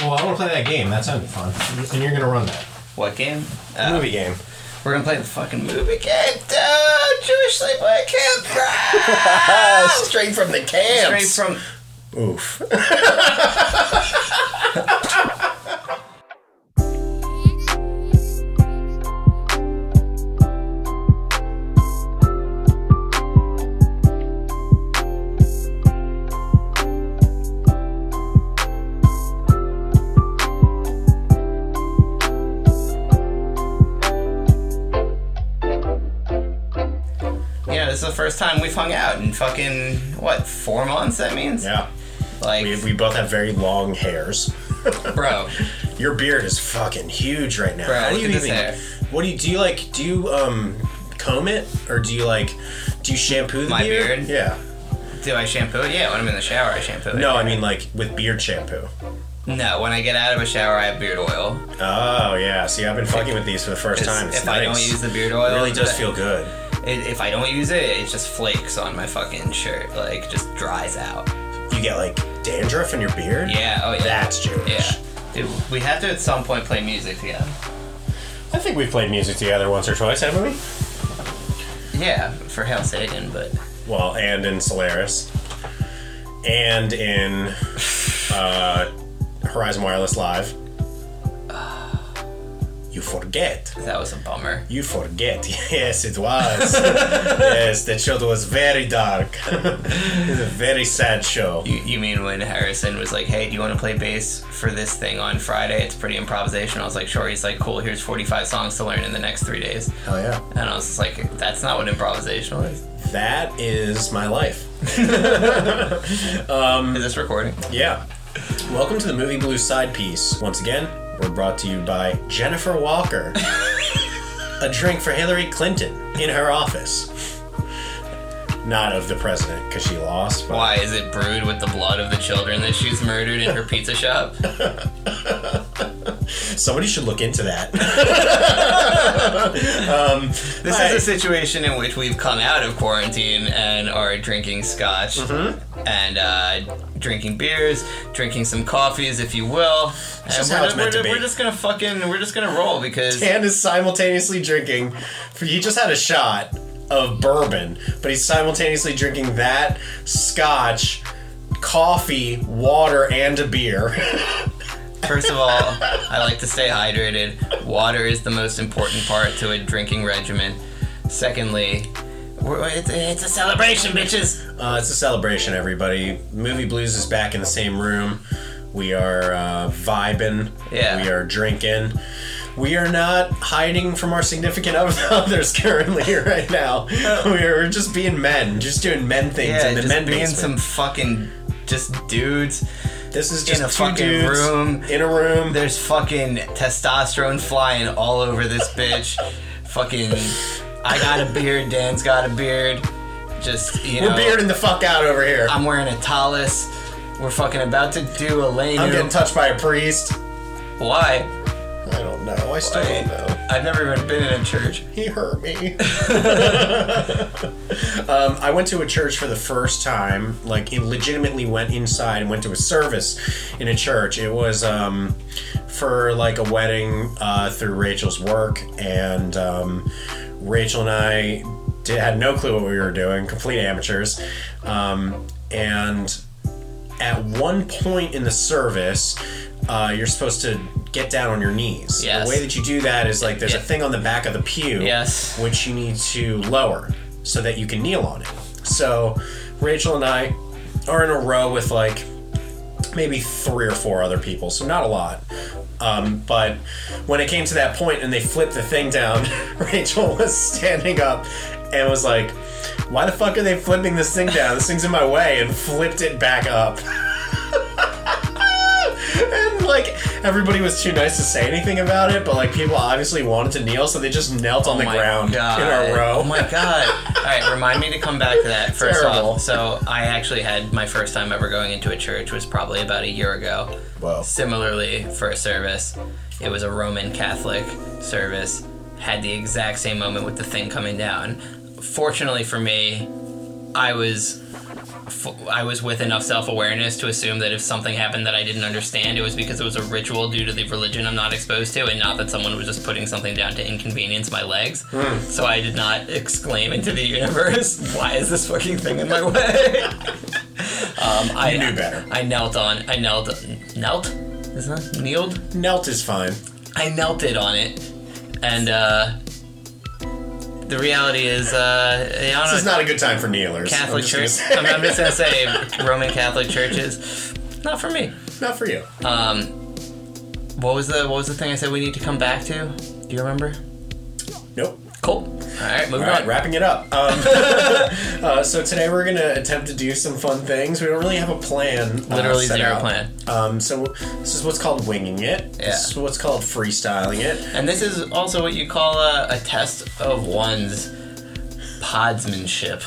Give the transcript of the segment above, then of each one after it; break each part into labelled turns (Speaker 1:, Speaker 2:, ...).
Speaker 1: Well, I want to play that game. That sounded fun. And you're gonna run that
Speaker 2: What game? Uh,
Speaker 1: movie game.
Speaker 2: We're gonna play the fucking movie game, dude. Jewish sleepaway camp.
Speaker 1: Straight from the camps.
Speaker 2: Straight from
Speaker 1: Oof.
Speaker 2: yeah. This is the first time we've hung out in fucking what four months? That means
Speaker 1: Yeah.
Speaker 2: like,
Speaker 1: We, we both have very long hairs.
Speaker 2: bro.
Speaker 1: Your beard is fucking huge right now.
Speaker 2: Bro,
Speaker 1: How do
Speaker 2: look
Speaker 1: you
Speaker 2: at this
Speaker 1: even?
Speaker 2: hair.
Speaker 1: What do you do? You like do you um comb it or do you like do you shampoo the
Speaker 2: My
Speaker 1: beard?
Speaker 2: beard?
Speaker 1: Yeah.
Speaker 2: Do I shampoo it? Yeah, when I'm in the shower, I shampoo it.
Speaker 1: No, I mean like with beard shampoo.
Speaker 2: No, when I get out of a shower, I have beard oil.
Speaker 1: Oh yeah. See, I've been fucking with these for the first
Speaker 2: 'Cause
Speaker 1: time. It's
Speaker 2: if
Speaker 1: nice.
Speaker 2: I don't use the beard oil,
Speaker 1: it really does
Speaker 2: that-
Speaker 1: feel good.
Speaker 2: It, if I don't use it, it just flakes on my fucking shirt. Like, just dries out.
Speaker 1: You get like dandruff in your beard.
Speaker 2: Yeah. Oh yeah.
Speaker 1: That's Jewish.
Speaker 2: Yeah. Dude, we have to at some point play music together.
Speaker 1: I think we've played music together once or twice, haven't we?
Speaker 2: Yeah, for Hail Satan, but
Speaker 1: Well, and in Solaris, and in uh, Horizon Wireless Live. You forget.
Speaker 2: that was a bummer.
Speaker 1: You forget. Yes, it was. yes, that show was very dark. it was a very sad show.
Speaker 2: You, you mean when Harrison was like, "Hey, do you want to play bass for this thing on Friday? It's pretty improvisational." I was like, "Sure." He's like, "Cool. Here's 45 songs to learn in the next three days."
Speaker 1: Hell yeah.
Speaker 2: And I was just like, "That's not what improvisational is."
Speaker 1: That is my life.
Speaker 2: Is this recording?
Speaker 1: Yeah. Welcome to the Movie Blue side piece. Once again, we're brought to you by Jennifer Walker. a drink for Hillary Clinton in her office. Not of the president, because she lost. But
Speaker 2: Why is it brewed with the blood of the children that she's murdered in her pizza shop?
Speaker 1: somebody should look into that. um,
Speaker 2: This
Speaker 1: I-
Speaker 2: is a situation in which we've come out of quarantine and are drinking scotch
Speaker 1: Mm-hmm.
Speaker 2: and uh, drinking beers, drinking some coffees, if you will. And
Speaker 1: just
Speaker 2: we're,
Speaker 1: how it's meant
Speaker 2: ju- we're
Speaker 1: to
Speaker 2: ju-
Speaker 1: be.
Speaker 2: we're just gonna fucking we're just gonna roll because
Speaker 1: Dan is simultaneously drinking. He just had a shot of bourbon, but he's simultaneously drinking that scotch, coffee, water, and a beer.
Speaker 2: first of all, I like to stay hydrated. Water is the most important part to a drinking regimen. Secondly, we're, we're- it's, it's a celebration, bitches.
Speaker 1: Uh, it's a celebration, everybody. Movie Blues is back in the same room. We are uh, vibing.
Speaker 2: Yeah.
Speaker 1: We are drinking. We are not hiding from our significant others currently right now. We are just being men, just doing men things
Speaker 2: Yeah,
Speaker 1: in the
Speaker 2: just
Speaker 1: men
Speaker 2: being
Speaker 1: basement.
Speaker 2: some fucking just dudes.
Speaker 1: this is just
Speaker 2: in a
Speaker 1: two
Speaker 2: fucking
Speaker 1: dudes
Speaker 2: room.
Speaker 1: in a room.
Speaker 2: There's fucking testosterone flying all over this bitch. fucking, I got a beard. Dan's got a beard. Just you know,
Speaker 1: We're bearding the fuck out over here. I'm,
Speaker 2: I'm wearing a talus. We're fucking about to do a lane.
Speaker 1: getting touched by a priest.
Speaker 2: Why?
Speaker 1: I don't know. I still don't know.
Speaker 2: I've never even been in a church.
Speaker 1: He hurt me. um, I went to a church for the first time. Like, it legitimately went inside and went to a service in a church. It was um, for like a wedding uh, through Rachel's work, and um, Rachel and I did, had no clue what we were doing. Complete amateurs, um, and at one point in the service, uh, you're supposed to get down on your knees.
Speaker 2: Yes.
Speaker 1: The way that you do that is like there's a
Speaker 2: Yeah.
Speaker 1: thing on the back of the pew,
Speaker 2: Yes.
Speaker 1: which you need to lower so that you can kneel on it. So Rachel and I are in a row with like maybe three or four other people, so not a lot. Um, but when it came to that point and they flipped the thing down, Rachel was standing up and was like, "Why the fuck are they flipping this thing down? This thing's in my way!" and flipped it back up. And like everybody was too nice to say anything about it, but like people obviously wanted to kneel, so they just knelt on the
Speaker 2: Oh my
Speaker 1: ground
Speaker 2: God.
Speaker 1: in a row.
Speaker 2: Oh my god! All right, remind me to come back to that first
Speaker 1: Terrible.
Speaker 2: off. So I actually had my first time ever going into a church was probably about a year ago.
Speaker 1: Whoa.
Speaker 2: Similarly, for a service, it was a Roman Catholic service. Had the exact same moment with the thing coming down. Fortunately for me, I was f- I was with enough self awareness to assume that if something happened that I didn't understand, it was because it was a ritual due to the religion I'm not exposed to, and not that someone was just putting something down to inconvenience my legs.
Speaker 1: Hmm.
Speaker 2: So I did not exclaim into the universe, "Why is this fucking thing in my way?" um, I
Speaker 1: You knew better.
Speaker 2: I knelt on. I knelt. Knelt. Is that kneeled?
Speaker 1: Nelt is fine.
Speaker 2: I melted on it, and uh, the reality is, uh, I don't know,
Speaker 1: This is not a good time for kneelers. I'm
Speaker 2: Catholic
Speaker 1: just gonna
Speaker 2: Church.
Speaker 1: say.
Speaker 2: I'm, I'm just gonna say Roman Catholic churches, not for me.
Speaker 1: not for you.
Speaker 2: Um, what was the what was the thing I said we need to come back to? Do you remember?
Speaker 1: Nope.
Speaker 2: Cool. All right, moving
Speaker 1: All right,
Speaker 2: on.
Speaker 1: wrapping it up. Um, uh, so today we're gonna attempt to do some fun things. We don't really have a plan. uh,
Speaker 2: Literally
Speaker 1: set
Speaker 2: zero
Speaker 1: out.
Speaker 2: plan.
Speaker 1: Um, so this is what's called winging it.
Speaker 2: Yeah.
Speaker 1: This is what's called freestyling it.
Speaker 2: And this is also what you call a, a test of one's podsmanship.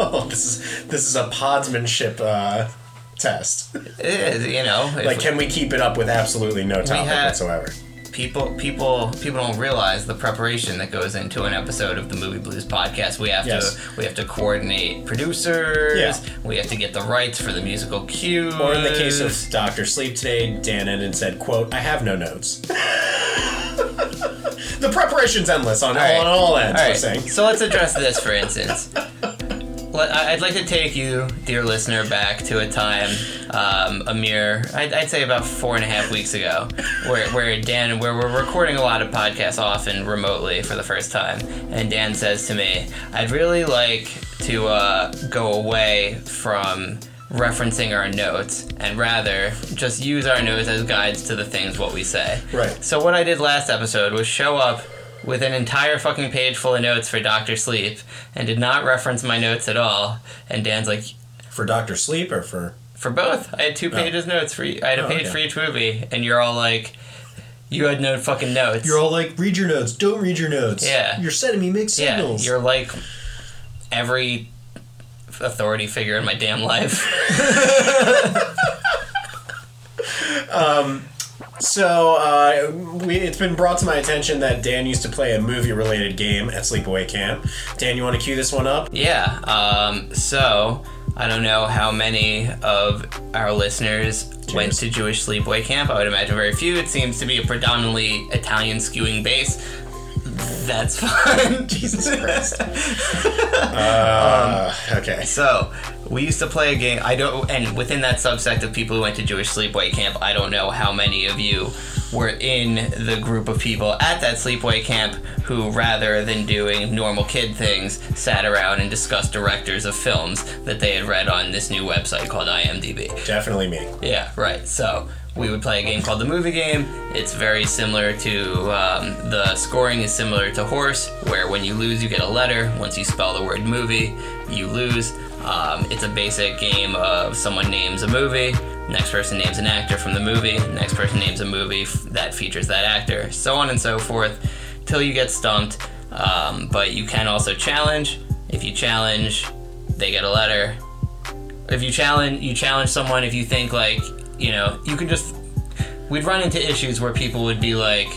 Speaker 1: Oh, this is this is a podsmanship uh, test.
Speaker 2: It is, you know, if
Speaker 1: Like, can we keep it up with absolutely no topic
Speaker 2: had-
Speaker 1: whatsoever?
Speaker 2: people people people don't realize the preparation that goes into an episode of the Movie Blues podcast. We have
Speaker 1: Yes.
Speaker 2: to we have to coordinate producers.
Speaker 1: Yeah.
Speaker 2: We have to get the rights for the musical cues.
Speaker 1: Or in the case of Doctor Sleep today, Dan Eden said, "quote I have no notes." the preparation's endless on all,
Speaker 2: right.
Speaker 1: on all ends.
Speaker 2: All
Speaker 1: we're
Speaker 2: right,
Speaker 1: saying.
Speaker 2: so let's address this for instance. Let- I- I'd like to take you, dear listener, back to a time, um, a mere, I'd, I'd say about four and a half weeks ago, where, where Dan, where we're recording a lot of podcasts often remotely for the first time, and Dan says to me, "I'd really like to uh, go away from." Referencing our notes, and rather just use our notes as guides to the things what we say.
Speaker 1: Right.
Speaker 2: So what I did last episode was show up with an entire fucking page full of notes for Doctor Sleep and did not reference my notes at all. And Dan's like,
Speaker 1: For Doctor Sleep or for
Speaker 2: for both, I had two pages notes for. E- I had a
Speaker 1: Oh,
Speaker 2: page
Speaker 1: okay.
Speaker 2: for each movie, and you're all like, you had no fucking notes.
Speaker 1: You're all like, read your notes. Don't read your notes.
Speaker 2: Yeah.
Speaker 1: You're sending me mixed
Speaker 2: yeah,
Speaker 1: signals.
Speaker 2: you're like every authority figure in my damn life.
Speaker 1: so uh, we, it's been brought to my attention that Dan used to play a movie-related game at Sleepaway Camp. Dan, you want to cue this one up?
Speaker 2: yeah. Um. So. I don't know how many of our listeners went to Jewish sleepaway camp. I would imagine very few. It seems to be a predominantly Italian skewing base. That's fun.
Speaker 1: Jesus Christ. uh, okay.
Speaker 2: So we used to play a game. I don't, and within that subsect of people who went to Jewish sleepaway camp, I don't know how many of you were in the group of people at that sleepaway camp who, rather than doing normal kid things, sat around and discussed directors of films that they had read on this new website called IMDb.
Speaker 1: Definitely me.
Speaker 2: Yeah, right. So we would play a game called the movie game. It's very similar to um, the scoring is similar to horse, where when you lose, you get a letter. Once you spell the word movie, you lose. Um, it's a basic game of someone names a movie, next person names an actor from the movie, next person names a movie f- that features that actor, so on and so forth, till you get stumped. Um, but you can also challenge. If you challenge, they get a letter if you challenge you challenge someone if you think like you know you can just we'd run into issues where people would be like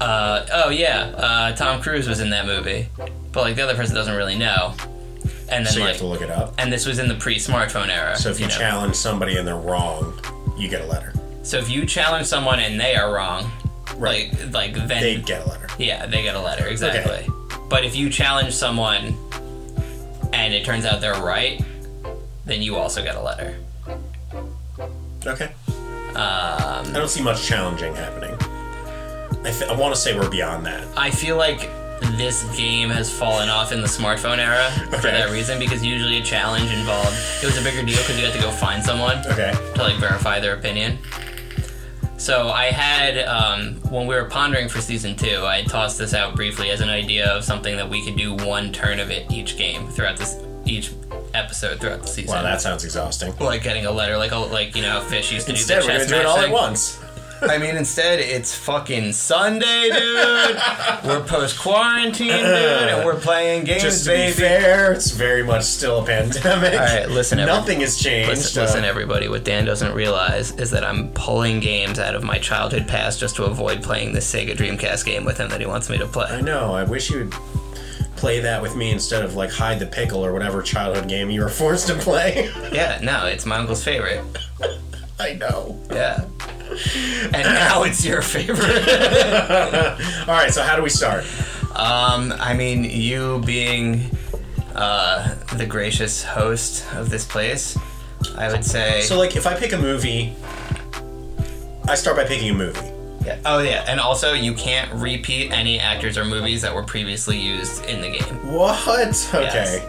Speaker 2: uh, oh yeah uh, tom cruise was in that movie but like the other person doesn't really know and then
Speaker 1: So you have
Speaker 2: like
Speaker 1: to look it up.
Speaker 2: and this was in the pre-smartphone era
Speaker 1: So if you
Speaker 2: know.
Speaker 1: challenge somebody and they're wrong, you get a letter.
Speaker 2: so if you challenge someone and they are wrong
Speaker 1: Right.
Speaker 2: like like then
Speaker 1: They get a letter.
Speaker 2: Yeah, they get a letter, exactly. But if you challenge someone and it turns out they're right, then you also get a letter.
Speaker 1: Okay. Um, I don't see much challenging happening. I, th- I want to say we're beyond that.
Speaker 2: I feel like this game has fallen off in the smartphone era for
Speaker 1: Okay.
Speaker 2: that reason because usually a challenge involved it was a bigger deal because you had to go find someone
Speaker 1: Okay.
Speaker 2: to like verify their opinion. So I had um, when we were pondering for season two, I had tossed this out briefly as an idea of something that we could do one turn of it each game throughout this each episode throughout the season.
Speaker 1: Wow, that sounds exhausting.
Speaker 2: like getting a letter, like oh, like you know, fish used to
Speaker 1: Instead,
Speaker 2: do
Speaker 1: we're
Speaker 2: the
Speaker 1: going to
Speaker 2: chess
Speaker 1: do it all at
Speaker 2: match thing.
Speaker 1: once.
Speaker 2: I mean, instead, it's fucking Sunday, dude. we're post quarantine, dude, and we're playing games,
Speaker 1: Just to
Speaker 2: baby.
Speaker 1: be fair, it's very much still a pandemic.
Speaker 2: All right, listen, every-
Speaker 1: Nothing has changed.
Speaker 2: Listen,
Speaker 1: uh,
Speaker 2: listen, everybody. What Dan doesn't realize is that I'm pulling games out of my childhood past just to avoid playing this Sega Dreamcast game with him that he wants me to play.
Speaker 1: I know. I wish you would play that with me instead of like hide the pickle or whatever childhood game you were forced to play.
Speaker 2: Yeah, no, it's my uncle's favorite.
Speaker 1: I know.
Speaker 2: Yeah. And now it's your favorite.
Speaker 1: All right, so how do we start?
Speaker 2: Um, I mean, you being uh, the gracious host of this place, I would say.
Speaker 1: So like if I pick a movie, I start by picking a movie.
Speaker 2: Yeah. Oh, yeah. And also, you can't repeat any actors or movies that were previously used in the game.
Speaker 1: What? Okay.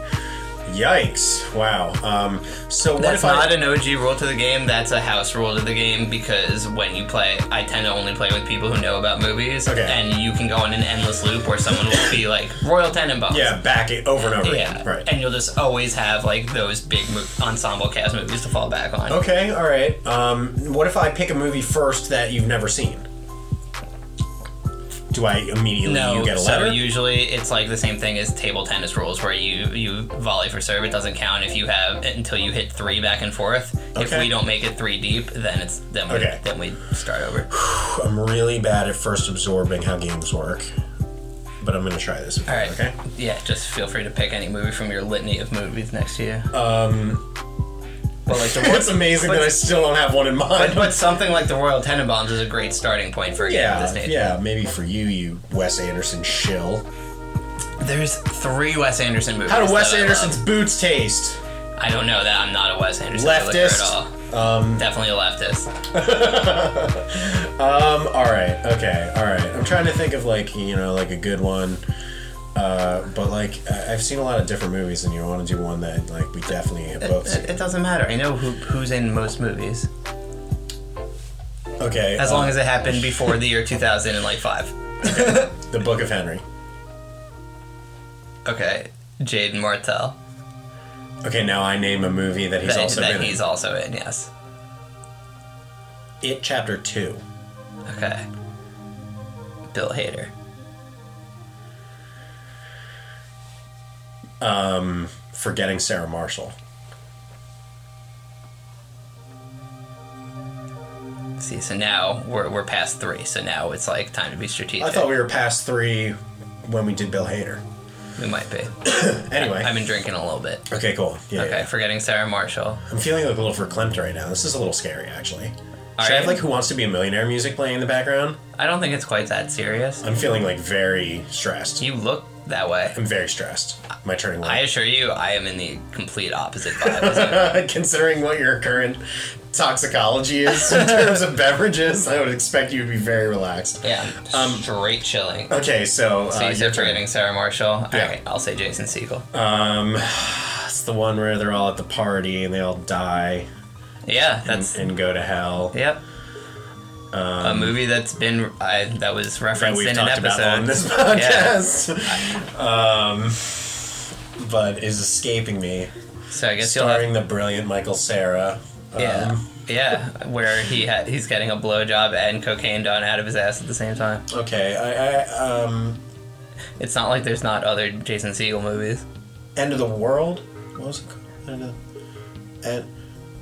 Speaker 1: Yikes! Wow. Um, so what
Speaker 2: That's
Speaker 1: if I?
Speaker 2: not an OG rule to the game. That's a house rule to the game because when you play, I tend to only play with people who know about movies,
Speaker 1: Okay.
Speaker 2: and you can go on an endless loop where someone will be like Royal Tenenbaums.
Speaker 1: yeah, back it over and over
Speaker 2: Yeah.
Speaker 1: again. Right.
Speaker 2: And you'll just always have like those big mo- ensemble cast movies to fall back on.
Speaker 1: Okay, all right. Um, what if I pick a movie first that you've never seen? Do I immediately
Speaker 2: No,
Speaker 1: you get a
Speaker 2: so
Speaker 1: letter?
Speaker 2: usually it's like the same thing as table tennis rules where you you volley for serve. It doesn't count if you have until you hit three back and forth. If
Speaker 1: Okay.
Speaker 2: we don't make it three deep, then it's then we
Speaker 1: Okay.
Speaker 2: then we start over.
Speaker 1: I'm really bad at first absorbing how games work, but I'm gonna try this.
Speaker 2: All right.
Speaker 1: Okay.
Speaker 2: Yeah, just feel free to pick any movie from your litany of movies next year.
Speaker 1: Um,
Speaker 2: But like the
Speaker 1: it's
Speaker 2: Royal,
Speaker 1: amazing that I still don't have one in mind.
Speaker 2: but, but something like the Royal Tenenbaums is a great starting point for a game of this
Speaker 1: yeah,
Speaker 2: nature.
Speaker 1: yeah, maybe for you, you Wes Anderson shill.
Speaker 2: There's three Wes Anderson movies.
Speaker 1: How do Wes
Speaker 2: that I love.
Speaker 1: Anderson's boots taste?
Speaker 2: I don't know that I'm not a Wes Anderson
Speaker 1: Leftist?
Speaker 2: leftist at all. Definitely a leftist.
Speaker 1: Um, all right, okay, all right. I'm trying to think of like you know like a good one, uh, but like I- I've seen a lot of different movies, and you want to do one that like we definitely have both
Speaker 2: It,
Speaker 1: seen.
Speaker 2: it doesn't matter. I know who, who's in most movies.
Speaker 1: Okay,
Speaker 2: As
Speaker 1: um,
Speaker 2: long as it happened before the year 2000 and like five.
Speaker 1: um, the Book of Henry.
Speaker 2: Okay, Jaden Martell.
Speaker 1: Okay, now I name a movie that he's
Speaker 2: that
Speaker 1: also
Speaker 2: that
Speaker 1: been
Speaker 2: he's also in. Yes.
Speaker 1: in. It Chapter Two.
Speaker 2: Okay. Bill Hader.
Speaker 1: Um, forgetting Sarah Marshall.
Speaker 2: See, so now we're, we're past three. So now it's like time to be strategic.
Speaker 1: I thought we were past three when we did Bill Hader.
Speaker 2: we might be.
Speaker 1: Anyway,
Speaker 2: I've been drinking a little bit.
Speaker 1: okay, cool. Yeah,
Speaker 2: Okay,
Speaker 1: yeah.
Speaker 2: forgetting Sarah Marshall.
Speaker 1: I'm feeling like a little verklempt right now. This is a little scary, actually.
Speaker 2: All
Speaker 1: Should I have
Speaker 2: right.
Speaker 1: like Who Wants to Be a Millionaire music playing in the background?
Speaker 2: I don't think it's quite that serious.
Speaker 1: I'm feeling like very stressed.
Speaker 2: You look that way.
Speaker 1: I'm very stressed. My turning
Speaker 2: I
Speaker 1: light.
Speaker 2: assure you, I am in the complete opposite vibe.
Speaker 1: Considering what your current toxicology is in terms of beverages, I would expect you to be very relaxed.
Speaker 2: yeah, straight chilling.
Speaker 1: Okay, so,
Speaker 2: So
Speaker 1: uh,
Speaker 2: you
Speaker 1: your
Speaker 2: said
Speaker 1: turn.
Speaker 2: forgetting Sarah Marshall.
Speaker 1: Yeah. Oh.
Speaker 2: All right, I'll say Jason Siegel.
Speaker 1: It's the one where they're all at the party and they all die
Speaker 2: yeah, that's
Speaker 1: and go to hell.
Speaker 2: yep. a movie that's been I, that was
Speaker 1: That
Speaker 2: referenced
Speaker 1: we've
Speaker 2: in an
Speaker 1: talked about on
Speaker 2: episode.
Speaker 1: this podcast. um, but is escaping me.
Speaker 2: So I guess you'll have
Speaker 1: Starring the brilliant Michael Um, Sarah.
Speaker 2: yeah. yeah, where he had he's getting a blowjob and cocaine done out of his ass at the same time.
Speaker 1: Okay, I, I um,
Speaker 2: It's not like there's not other Jason Siegel movies.
Speaker 1: End of the World? What was it called? End of, and,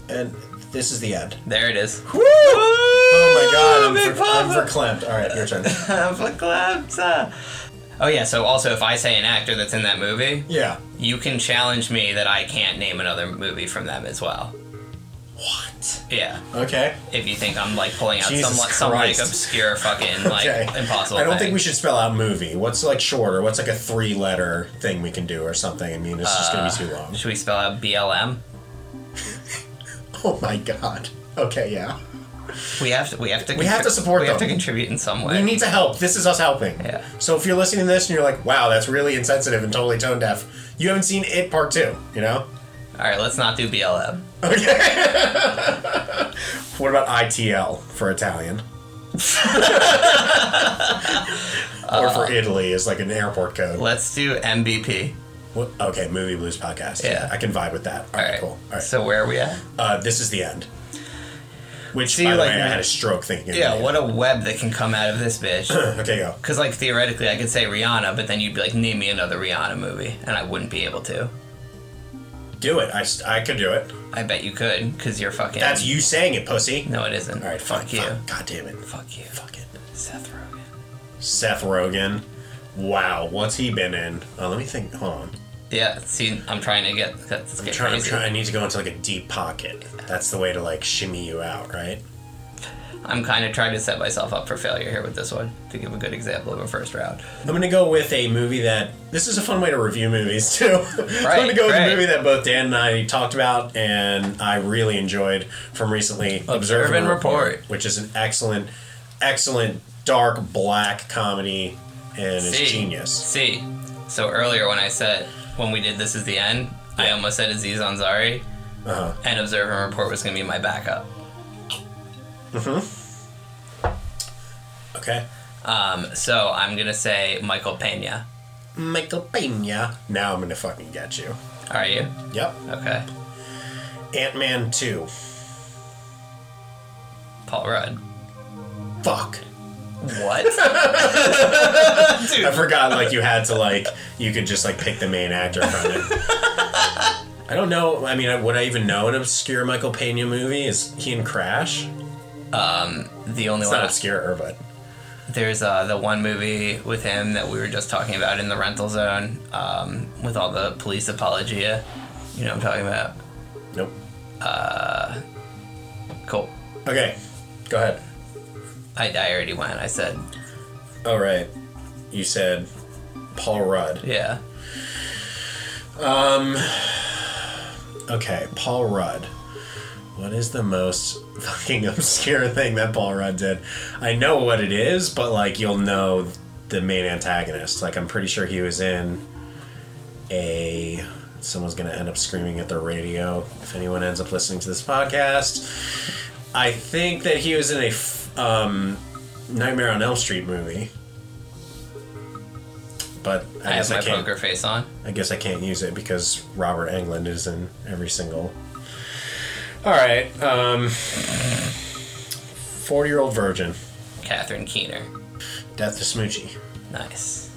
Speaker 1: and this is the end.
Speaker 2: There it is.
Speaker 1: Woo! Oh my god, I'm,
Speaker 2: Big
Speaker 1: for, I'm
Speaker 2: Papa!
Speaker 1: verklempt. Alright, your turn.
Speaker 2: Apocalypse. Oh yeah. So also, if I say an actor that's in that movie,
Speaker 1: Yeah.
Speaker 2: you can challenge me that I can't name another movie from them as well.
Speaker 1: What?
Speaker 2: Yeah.
Speaker 1: Okay.
Speaker 2: If you think I'm like pulling out
Speaker 1: Jesus
Speaker 2: some like, some like
Speaker 1: Christ.
Speaker 2: obscure fucking like
Speaker 1: Okay.
Speaker 2: impossible.
Speaker 1: I don't
Speaker 2: thing.
Speaker 1: think we should spell out movie. What's like shorter? What's like a three letter thing we can do or something? I mean, it's just gonna be too long.
Speaker 2: Should we spell out BLM?
Speaker 1: Oh my god. Okay, yeah.
Speaker 2: We have to. We have to.
Speaker 1: We have to support
Speaker 2: We have to
Speaker 1: them.
Speaker 2: contribute in some
Speaker 1: We
Speaker 2: way.
Speaker 1: need to help. This is us helping.
Speaker 2: Yeah.
Speaker 1: So if you're listening to this and you're like, wow, that's really insensitive and totally tone deaf, you haven't seen It Part 2, you know?
Speaker 2: All right, let's not do BLM.
Speaker 1: What about ITL for Italian? or
Speaker 2: Uh,
Speaker 1: for Italy is like an airport code.
Speaker 2: Let's do MVP.
Speaker 1: What- Okay, Movie Blues Podcast.
Speaker 2: Yeah.
Speaker 1: I can vibe with that. All
Speaker 2: All
Speaker 1: right,
Speaker 2: right.
Speaker 1: cool. All right.
Speaker 2: So where are we at?
Speaker 1: uh, this is the end. Which,
Speaker 2: See,
Speaker 1: by the
Speaker 2: like-
Speaker 1: way, I had a stroke thinking. of
Speaker 2: Yeah.
Speaker 1: it.
Speaker 2: What a web that can come out of this bitch.
Speaker 1: Okay, go.
Speaker 2: Because like theoretically, I could say Rihanna, but then you'd be like, name me another Rihanna movie, and I wouldn't be able to.
Speaker 1: Do it. I, s- I could do it.
Speaker 2: I bet you could, because you're fucking.
Speaker 1: That's you saying it, pussy.
Speaker 2: No, it isn't.
Speaker 1: All right,
Speaker 2: fuck,
Speaker 1: fuck
Speaker 2: you.
Speaker 1: Fuck. God damn it.
Speaker 2: Fuck you.
Speaker 1: Fuck it.
Speaker 2: Seth Rogen.
Speaker 1: Seth Rogen. Wow, what's he been in? Uh, let me think. Hold on.
Speaker 2: Yeah, see, I'm trying to get. That's
Speaker 1: I'm
Speaker 2: get
Speaker 1: trying, I'm
Speaker 2: crazy.
Speaker 1: trying. I need to go into like a deep pocket. That's the way to like shimmy you out, right?
Speaker 2: I'm kind of trying to set myself up for failure here with this one to give a good example of a first round.
Speaker 1: I'm gonna go with a movie that this is a fun way to review movies too. I'm gonna
Speaker 2: Right,
Speaker 1: go with
Speaker 2: right.
Speaker 1: a movie that both Dan and I talked about and I really enjoyed from recently.
Speaker 2: Observe and Report.
Speaker 1: which is an excellent, excellent dark black comedy, and
Speaker 2: See,
Speaker 1: it's genius.
Speaker 2: See, so earlier when I said when we did this is the end, I almost said Aziz Ansari,
Speaker 1: Uh-huh.
Speaker 2: and Observe and Report was gonna be my backup.
Speaker 1: Okay,
Speaker 2: Um, so I'm gonna say Michael Pena.
Speaker 1: Michael Pena. Now I'm gonna fucking get you.
Speaker 2: Are you?
Speaker 1: Yep,
Speaker 2: Okay.
Speaker 1: Ant Man two.
Speaker 2: Paul Rudd.
Speaker 1: Fuck.
Speaker 2: What?
Speaker 1: I
Speaker 2: Dude,
Speaker 1: forgot like you had to like you could just like pick the main actor from it. I don't know. I mean, would I even know an obscure Michael Pena movie? Is he in Crash?
Speaker 2: the only
Speaker 1: It's
Speaker 2: one
Speaker 1: not obscure, but
Speaker 2: there's uh, the one movie with him that we were just talking about in the rental zone um, with all the police apologia. You know what I'm talking about?
Speaker 1: nope.
Speaker 2: Cool.
Speaker 1: Okay, go ahead.
Speaker 2: I, I already went. I said,
Speaker 1: All right, you said Paul Rudd.
Speaker 2: yeah.
Speaker 1: Okay, Paul Rudd. What is the most fucking obscure thing that Paul Rudd did? I know what it is, but like you'll know the main antagonist. Like I'm pretty sure he was in a someone's going to end up screaming at their radio if anyone ends up listening to this podcast. I think that he was in a f- um, Nightmare on Elm Street movie. But I,
Speaker 2: I,
Speaker 1: guess
Speaker 2: have my
Speaker 1: I can't
Speaker 2: poker face on.
Speaker 1: I guess I can't use it because Robert Englund is in every single. All right, um, forty-year-old virgin,
Speaker 2: Catherine Keener.
Speaker 1: death to Smoochie.
Speaker 2: Nice.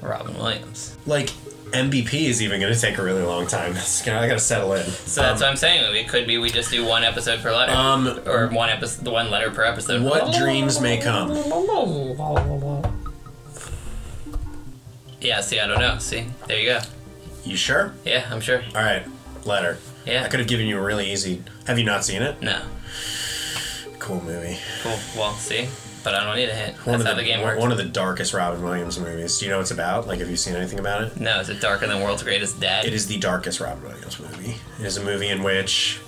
Speaker 2: Robin Williams.
Speaker 1: Like MVP is even going to take a really long time. That's gonna, I got to settle in.
Speaker 2: So that's what I'm saying. It could be we just do one episode per letter,
Speaker 1: Um,
Speaker 2: or one episode, one letter per episode.
Speaker 1: What dreams may come?
Speaker 2: Yeah. See, I don't know. See, there you go.
Speaker 1: You sure?
Speaker 2: Yeah, I'm sure.
Speaker 1: All right, letter.
Speaker 2: Yeah.
Speaker 1: I could have given you a really easy. Have you not seen it?
Speaker 2: No.
Speaker 1: Cool movie.
Speaker 2: Cool. Well, see, but I don't need a hint. That's
Speaker 1: One
Speaker 2: how
Speaker 1: of
Speaker 2: the,
Speaker 1: the,
Speaker 2: game
Speaker 1: one,
Speaker 2: works.
Speaker 1: one of the darkest Robin Williams movies. Do you know what it's about? Like, have you seen anything about it?
Speaker 2: No, is it darker than World's Greatest Dad?
Speaker 1: It is the darkest Robin Williams movie. It is a movie in which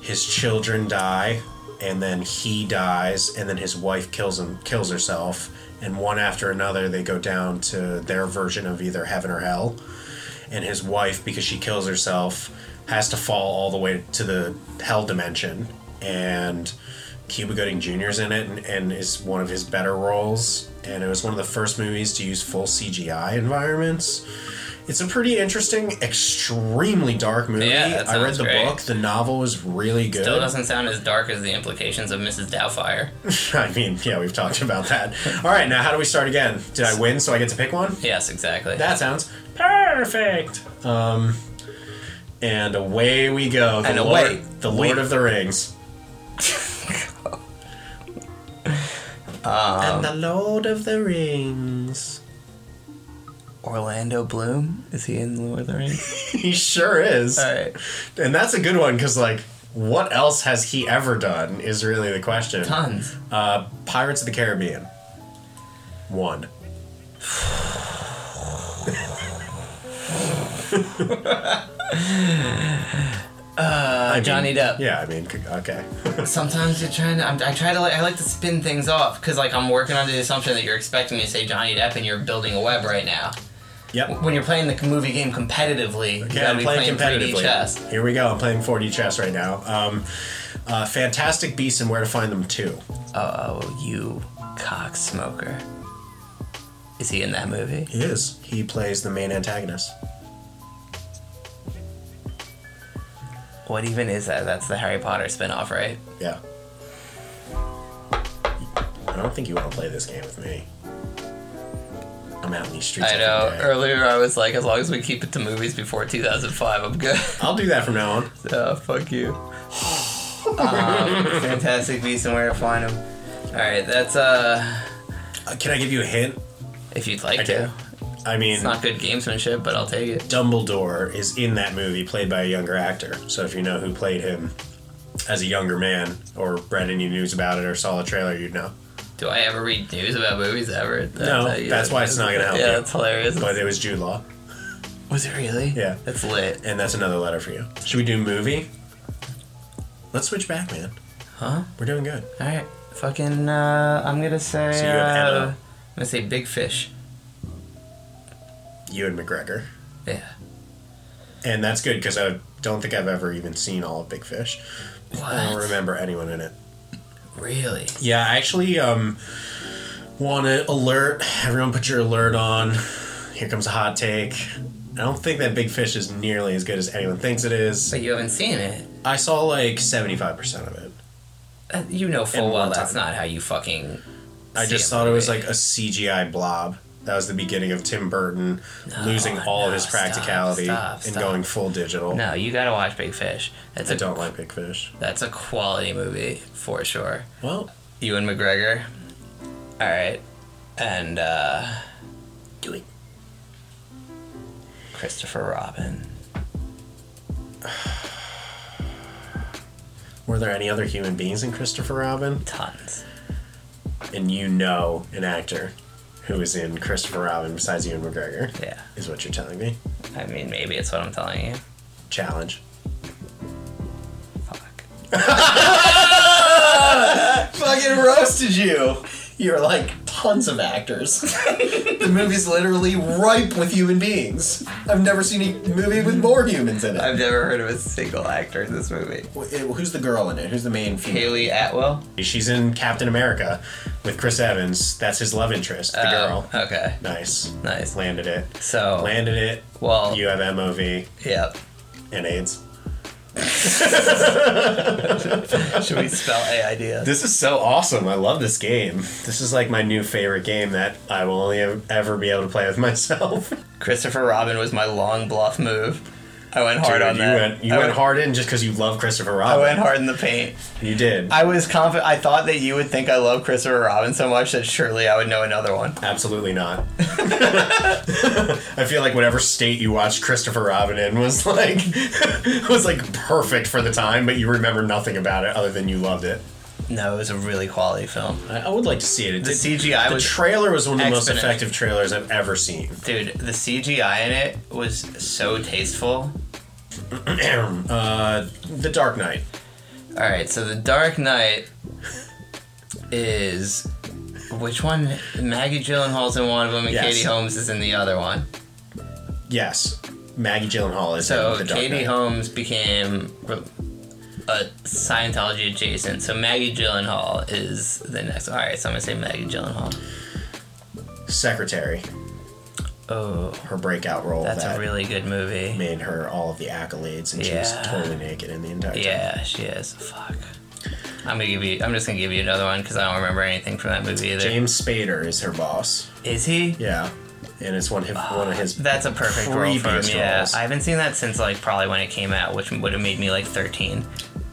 Speaker 1: his children die, and then he dies, and then his wife kills him, kills herself, and one after another they go down to their version of either heaven or hell. And his wife, because she kills herself, has to fall all the way to the hell dimension. And Cuba Gooding Jr.'s in it, and, and is one of his better roles. And it was one of the first movies to use full CGI environments. It's a pretty interesting, extremely dark movie.
Speaker 2: Yeah, that
Speaker 1: I read
Speaker 2: sounds
Speaker 1: the
Speaker 2: great.
Speaker 1: book. The novel was really good.
Speaker 2: Still doesn't sound as dark as the implications of Mrs. Doubtfire.
Speaker 1: I mean, yeah, we've talked about that. All right, now how do we start again? Did I win so I get to pick one?
Speaker 2: yes, exactly.
Speaker 1: That sounds perfect. Um, and away we go. The
Speaker 2: And
Speaker 1: Lord,
Speaker 2: away
Speaker 1: the Lord
Speaker 2: we-
Speaker 1: of the Rings. and
Speaker 2: Um,
Speaker 1: the Lord of the Rings.
Speaker 2: Orlando Bloom is he in Lord of the Rings?
Speaker 1: He sure is.
Speaker 2: All right.
Speaker 1: And that's a good one because, like, what else has he ever done is really the question.
Speaker 2: Tons.
Speaker 1: Uh, Pirates of the Caribbean. One.
Speaker 2: Uh, Johnny Depp.
Speaker 1: Yeah, I mean, c- okay.
Speaker 2: Sometimes you're trying to. I'm, I try to. Like, I like to spin things off because, like, I'm working under the assumption that you're expecting me to say Johnny Depp and you're building a web right now.
Speaker 1: Yep.
Speaker 2: When you're playing the movie game competitively, you
Speaker 1: Okay,
Speaker 2: gotta
Speaker 1: I'm
Speaker 2: be
Speaker 1: playing
Speaker 2: playing 3D
Speaker 1: competitively.
Speaker 2: chess.
Speaker 1: Here we go. I'm playing 4D chess right now. Um, uh, Fantastic Beasts and Where to Find Them 2.
Speaker 2: Oh, you cocksmoker! Is he in that movie?
Speaker 1: He is. He plays the main antagonist.
Speaker 2: What even is that? That's the Harry Potter spin-off, right?
Speaker 1: Yeah. I don't think you want to play this game with me. I'm out in these streets.
Speaker 2: I
Speaker 1: every
Speaker 2: know.
Speaker 1: day.
Speaker 2: Earlier, I was like, as long as we keep it to movies before 2005, I'm good.
Speaker 1: I'll do that from now on.
Speaker 2: oh, fuck you. um, fantastic Beasts and Where to Find Them. All right, that's uh,
Speaker 1: Uh, can I give you a hint?
Speaker 2: if you'd like
Speaker 1: Okay.
Speaker 2: to.
Speaker 1: I mean,
Speaker 2: It's not good gamesmanship, but I'll take it.
Speaker 1: Dumbledore is in that movie, played by a younger actor. So if you know who played him as a younger man, or read any news about it, or saw a trailer, you'd know.
Speaker 2: Do I ever read news about movies ever? That-
Speaker 1: No,
Speaker 2: that-
Speaker 1: that's why it's not gonna help
Speaker 2: Yeah,
Speaker 1: you.
Speaker 2: that's hilarious.
Speaker 1: But it was Jude Law,
Speaker 2: Was it really?
Speaker 1: Yeah.
Speaker 2: That's lit.
Speaker 1: and that's another letter for you. Should we do movie? Let's switch back, man.
Speaker 2: Huh?
Speaker 1: We're doing good.
Speaker 2: All right. Fucking. Uh, I'm gonna say.
Speaker 1: So you have
Speaker 2: uh,
Speaker 1: Emma.
Speaker 2: I'm gonna say Big Fish.
Speaker 1: You and McGregor,
Speaker 2: Yeah.
Speaker 1: and that's good because I don't think I've ever even seen all of Big Fish. I don't
Speaker 2: What?
Speaker 1: remember anyone in it.
Speaker 2: Really?
Speaker 1: Yeah, I actually um, want to alert everyone. Put your alert on. Here comes a hot take. I don't think that Big Fish is nearly as good as anyone thinks it is.
Speaker 2: But you haven't seen it.
Speaker 1: I saw like seventy five percent of it.
Speaker 2: Uh, You know full
Speaker 1: And
Speaker 2: well
Speaker 1: one
Speaker 2: that's
Speaker 1: time.
Speaker 2: not how you fucking.
Speaker 1: I
Speaker 2: see
Speaker 1: just
Speaker 2: a
Speaker 1: thought it was
Speaker 2: movie.
Speaker 1: like a CGI blob. That was the beginning of Tim Burton losing all of
Speaker 2: no,
Speaker 1: his
Speaker 2: stop,
Speaker 1: practicality
Speaker 2: stop,
Speaker 1: and
Speaker 2: stop.
Speaker 1: going full digital.
Speaker 2: No, you gotta watch Big Fish. That's
Speaker 1: I
Speaker 2: a
Speaker 1: don't like Big Fish.
Speaker 2: that's a quality movie for sure.
Speaker 1: Well,
Speaker 2: Ewan McGregor. All right, and uh,
Speaker 1: do it.
Speaker 2: Christopher Robin.
Speaker 1: Were there any other human beings in Christopher Robin?
Speaker 2: Tons.
Speaker 1: And you know an actor who is in Christopher Robin besides Ewan McGregor,
Speaker 2: Yeah.
Speaker 1: is what you're telling me.
Speaker 2: I mean, maybe it's what I'm telling you.
Speaker 1: Challenge.
Speaker 2: Fuck.
Speaker 1: fucking roasted you. You're like tons of actors. the movie's literally ripe with human beings. I've never seen a movie with more humans in it.
Speaker 2: I've never heard of a single actor in this movie.
Speaker 1: Wh- eh, Who's the girl in it? Who's the main female?
Speaker 2: Haley Atwell.
Speaker 1: She's in Captain America with Chris Evans. That's his love interest, the girl.
Speaker 2: Um, okay.
Speaker 1: Nice.
Speaker 2: Nice.
Speaker 1: Landed it.
Speaker 2: So.
Speaker 1: Landed it.
Speaker 2: Well.
Speaker 1: You have MOV
Speaker 2: Yep.
Speaker 1: and AIDS.
Speaker 2: Should we spell AIDS?
Speaker 1: This is so awesome. I love this game. This is like my new favorite game that I will only ev- ever be able to play with myself.
Speaker 2: Christopher Robin was my long bluff move. I went hard
Speaker 1: Dude,
Speaker 2: on
Speaker 1: you
Speaker 2: that.
Speaker 1: went you
Speaker 2: I
Speaker 1: went hard in just because you love Christopher Robin.
Speaker 2: I went hard in the paint.
Speaker 1: You did.
Speaker 2: I was confident. I thought that you would think I love Christopher Robin so much that surely I would know another one.
Speaker 1: Absolutely not. I feel like whatever state you watched Christopher Robin in was like was like perfect for the time, but you remember nothing about it other than you loved it.
Speaker 2: No, it was a really quality film.
Speaker 1: I, I would like to see it. it
Speaker 2: The
Speaker 1: did-
Speaker 2: CGI
Speaker 1: the
Speaker 2: was
Speaker 1: trailer was one of the most
Speaker 2: exponential.
Speaker 1: effective trailers I've ever seen.
Speaker 2: dude. The CGI in it was so tasteful.
Speaker 1: uh, the Dark Knight.
Speaker 2: All right, so the Dark Knight is which one? Maggie Gyllenhaal's in one of them, and
Speaker 1: Yes.
Speaker 2: Katie Holmes is in the other one.
Speaker 1: Yes, Maggie Gyllenhaal is in
Speaker 2: So
Speaker 1: the Dark
Speaker 2: Katie
Speaker 1: Knight.
Speaker 2: Holmes became re- a Scientology adjacent. So Maggie Gyllenhaal is the next. All right, so I'm gonna say Maggie Gyllenhaal.
Speaker 1: Secretary,
Speaker 2: Oh,
Speaker 1: her breakout role
Speaker 2: that's
Speaker 1: that
Speaker 2: a really good movie.
Speaker 1: made her all of the accolades, and
Speaker 2: Yeah.
Speaker 1: she's totally naked in the entire. time.
Speaker 2: Yeah, she is. Fuck. I'm gonna give you. I'm just gonna give you another one because I don't remember anything from that movie either.
Speaker 1: James Spader is her boss.
Speaker 2: Is he?
Speaker 1: Yeah, and it's one of one of his.
Speaker 2: That's a perfect role for him.
Speaker 1: Creepiest
Speaker 2: Yeah,
Speaker 1: roles.
Speaker 2: I haven't seen that since like probably when it came out, which would have made me like 13.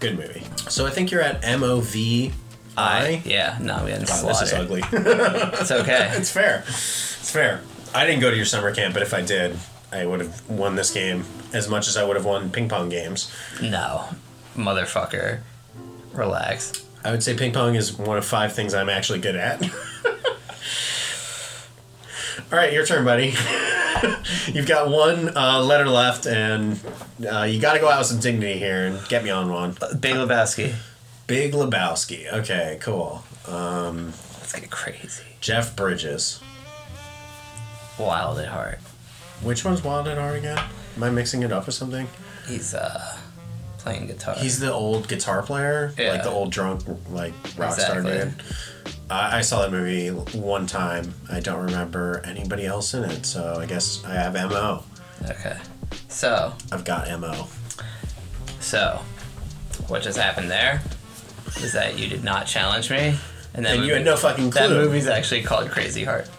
Speaker 1: Good movie. So I think you're at M O V I.
Speaker 2: Yeah, no, we didn't
Speaker 1: Wow, this is
Speaker 2: slaughter.
Speaker 1: ugly.
Speaker 2: It's okay.
Speaker 1: it's fair. It's fair. I didn't go to your summer camp, but if I did, I would have won this game as much as I would have won ping pong games.
Speaker 2: no, motherfucker, relax.
Speaker 1: I would say ping pong is one of five things I'm actually good at. All right, your turn, buddy. You've got one uh, letter left, and uh, you got to go out with some dignity here and get me on one.
Speaker 2: Big Lebowski.
Speaker 1: Big Lebowski. Okay, cool.
Speaker 2: Let's get crazy.
Speaker 1: Jeff Bridges.
Speaker 2: Wild at heart.
Speaker 1: Which one's Wild at Heart again? Am I mixing it up with something?
Speaker 2: He's uh playing guitar.
Speaker 1: He's the old guitar player,
Speaker 2: Yeah.
Speaker 1: like the old drunk, like rock star
Speaker 2: Exactly.
Speaker 1: dude. I, I saw that movie one time. I don't remember anybody else in it, so I guess I have mo.
Speaker 2: okay. So
Speaker 1: I've got mo.
Speaker 2: so, what just happened there is that you did not challenge me, and then
Speaker 1: And you had no fucking clue.
Speaker 2: That movie's actually called Crazy Heart.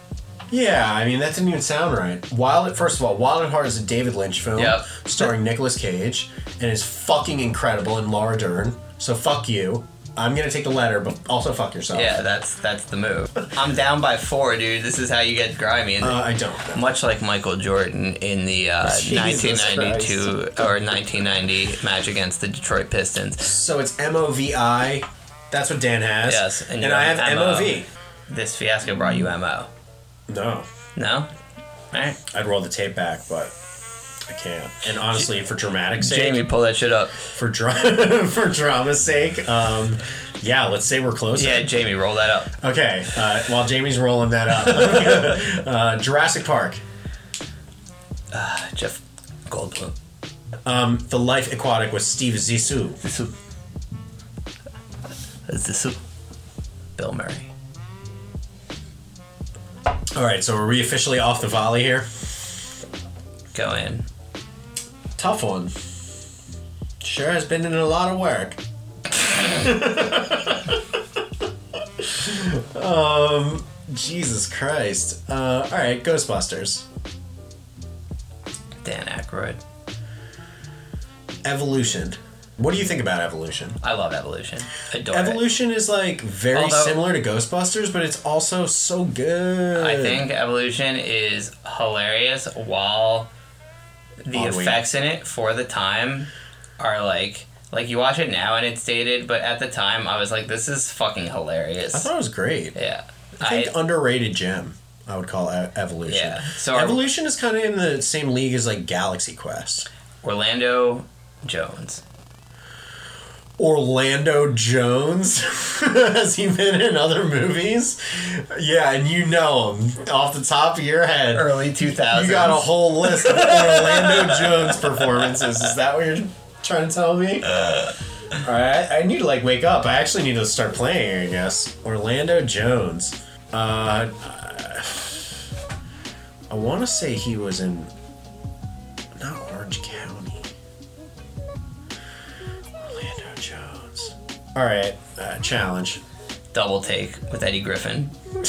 Speaker 1: Yeah, I mean that didn't even sound right. Wild at first of all, Wild at Heart is a David Lynch film
Speaker 2: Yep.
Speaker 1: starring Nicolas Cage and is fucking incredible and Laura Dern. So fuck you. I'm gonna take the letter, but also fuck yourself.
Speaker 2: Yeah, that's that's the move. I'm down by four, dude. This is how you get grimy. And
Speaker 1: Uh, I don't. know.
Speaker 2: much like Michael Jordan in the uh,
Speaker 1: Jesus
Speaker 2: 1992 or 1990 match against the Detroit Pistons.
Speaker 1: So it's M O V I. That's what Dan has.
Speaker 2: Yes,
Speaker 1: and,
Speaker 2: and you
Speaker 1: I
Speaker 2: have
Speaker 1: have M O V.
Speaker 2: This fiasco brought you MO.
Speaker 1: No,
Speaker 2: No? Alright.
Speaker 1: I'd roll the tape back, but I can't. And honestly, for dramatic sake,
Speaker 2: Jamie, pull that shit up.
Speaker 1: for dra- for drama's sake, um, yeah, let's say we're close.
Speaker 2: Yeah, Jamie, roll that up.
Speaker 1: Okay. Uh, while Jamie's rolling that up, uh, Jurassic Park,
Speaker 2: Ah, Jeff Goldblum.
Speaker 1: um, The Life Aquatic with Steve Zissou.
Speaker 2: This is. This is. Bill Murray.
Speaker 1: All right, so are we officially off the volley here?
Speaker 2: Go in.
Speaker 1: Tough one. Sure has been in a lot of work. um, Jesus Christ. Uh, all right, Ghostbusters.
Speaker 2: Dan Aykroyd.
Speaker 1: Evolution. What do you think about evolution?
Speaker 2: I love Evolution. Adore it.
Speaker 1: Evolution is like very
Speaker 2: Although-
Speaker 1: similar to Ghostbusters, but it's also so good.
Speaker 2: I think Evolution is hilarious while the
Speaker 1: Odd week.
Speaker 2: effects in it for the time are like like you watch it now and it's dated, but at the time I was like, this is fucking
Speaker 1: I
Speaker 2: hilarious.
Speaker 1: thought it was great.
Speaker 2: Yeah.
Speaker 1: I think underrated gem. I would call e- evolution.
Speaker 2: Yeah, so
Speaker 1: So
Speaker 2: are-
Speaker 1: evolution is kind of in the same league as like Galaxy Quest.
Speaker 2: Orlando Jones.
Speaker 1: Orlando Jones has he been in other movies? Yeah, and you know him off the top of your head.
Speaker 2: Early two
Speaker 1: You
Speaker 2: thousands.
Speaker 1: got a whole list of Orlando Jones performances. Is that what you're trying to tell me? All right, I need to like wake up. I actually need to start playing. I guess Orlando Jones. Uh, I want to say he was in not Orange County. Orlando Jones. All right, uh, challenge.
Speaker 2: double take with Eddie Griffin.
Speaker 1: Well,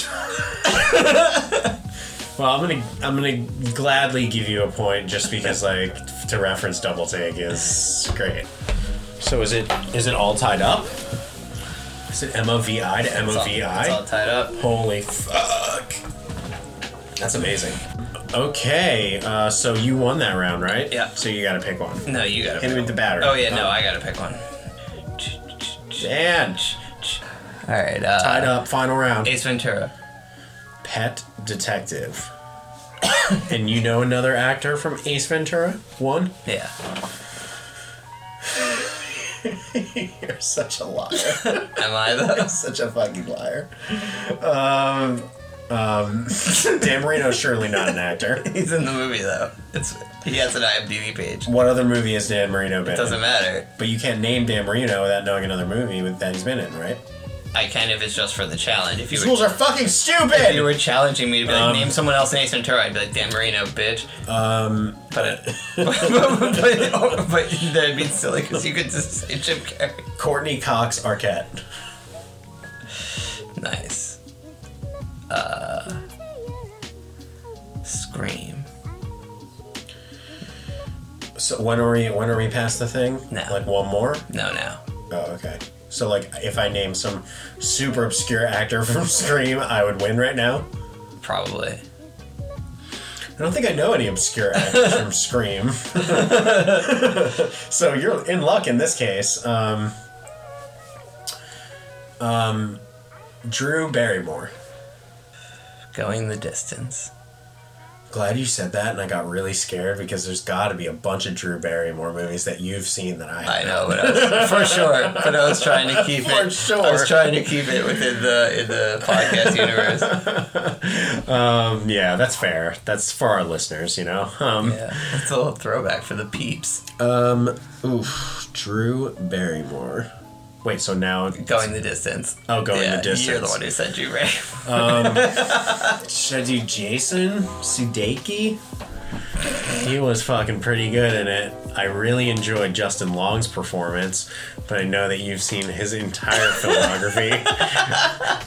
Speaker 1: I'm gonna I'm gonna gladly give you a point just because like to reference double take is great. So is it is it all tied up? Is it M O V I to M O V
Speaker 2: It's
Speaker 1: I?
Speaker 2: all tied up.
Speaker 1: Holy fuck! That's amazing. Okay, uh, so you won that round, right?
Speaker 2: Yeah.
Speaker 1: So you got to pick one.
Speaker 2: No, you got to
Speaker 1: Hit me with the batter.
Speaker 2: Oh yeah, no, I gotta pick one.
Speaker 1: And
Speaker 2: All right, uh,
Speaker 1: tied up. Final round.
Speaker 2: Ace Ventura.
Speaker 1: Pet detective. and you know another actor from Ace Ventura? One.
Speaker 2: Yeah,
Speaker 1: You're such a liar.
Speaker 2: am I though?
Speaker 1: such a fucking liar. Um, um, Dan Marino's surely not an actor.
Speaker 2: He's in the movie though. It's he has an IMDb page.
Speaker 1: What other movie has Dan Marino been
Speaker 2: Doesn't
Speaker 1: in?
Speaker 2: matter.
Speaker 1: But you can't name Dan Marino without knowing another movie with- that he's been in, right?
Speaker 2: I can if it's just for the challenge. If you
Speaker 1: Schools
Speaker 2: were,
Speaker 1: are fucking
Speaker 2: if you
Speaker 1: stupid!
Speaker 2: were challenging me to be like,
Speaker 1: Um,
Speaker 2: name someone else in Ace Ventura, I'd be like, Dan Marino, bitch. Um, but but, but, but that'd be silly because you could just say Jim Carrey.
Speaker 1: Courtney Cox Arquette.
Speaker 2: Nice. Uh, scream.
Speaker 1: So when are we when are we past the thing?
Speaker 2: No.
Speaker 1: Like one more?
Speaker 2: No, no.
Speaker 1: Oh, okay. So like if I name some super obscure actor from Scream, I would win right now.
Speaker 2: Probably.
Speaker 1: I don't think I know any obscure actors from Scream. so you're in luck in this case. Um, um, Drew Barrymore.
Speaker 2: Going the distance.
Speaker 1: Glad you said that, and I got really scared because there's got to be a bunch of Drew Barrymore movies that you've seen that I.
Speaker 2: I know, but I was, for sure. But I was trying to keep
Speaker 1: For
Speaker 2: it.
Speaker 1: sure.
Speaker 2: I was trying to keep it within the in the podcast universe.
Speaker 1: Um, yeah, that's fair. That's for our listeners, you know. Um,
Speaker 2: Yeah, it's a little throwback for the peeps.
Speaker 1: um, oof, Drew Barrymore. Wait, so now
Speaker 2: Going the distance.
Speaker 1: Oh, Going the
Speaker 2: Yeah, You're the
Speaker 1: Distance.
Speaker 2: one who said you right.
Speaker 1: Should I do Jason Sudeikis? He was fucking pretty good in it. I really enjoyed Justin Long's performance, but I know that you've seen his entire filmography.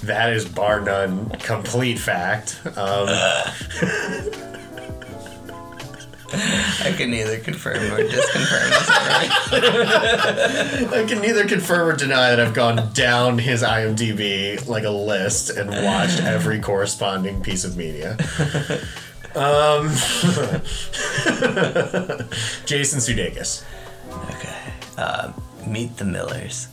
Speaker 1: that is bar none complete fact. Um,
Speaker 2: I can neither confirm or disconfirm. Is that right?
Speaker 1: I can neither confirm or deny that I've gone down his IMDb like a list and watched every corresponding piece of media. Um, Jason Sudeikis.
Speaker 2: Okay. Uh, meet the Millers.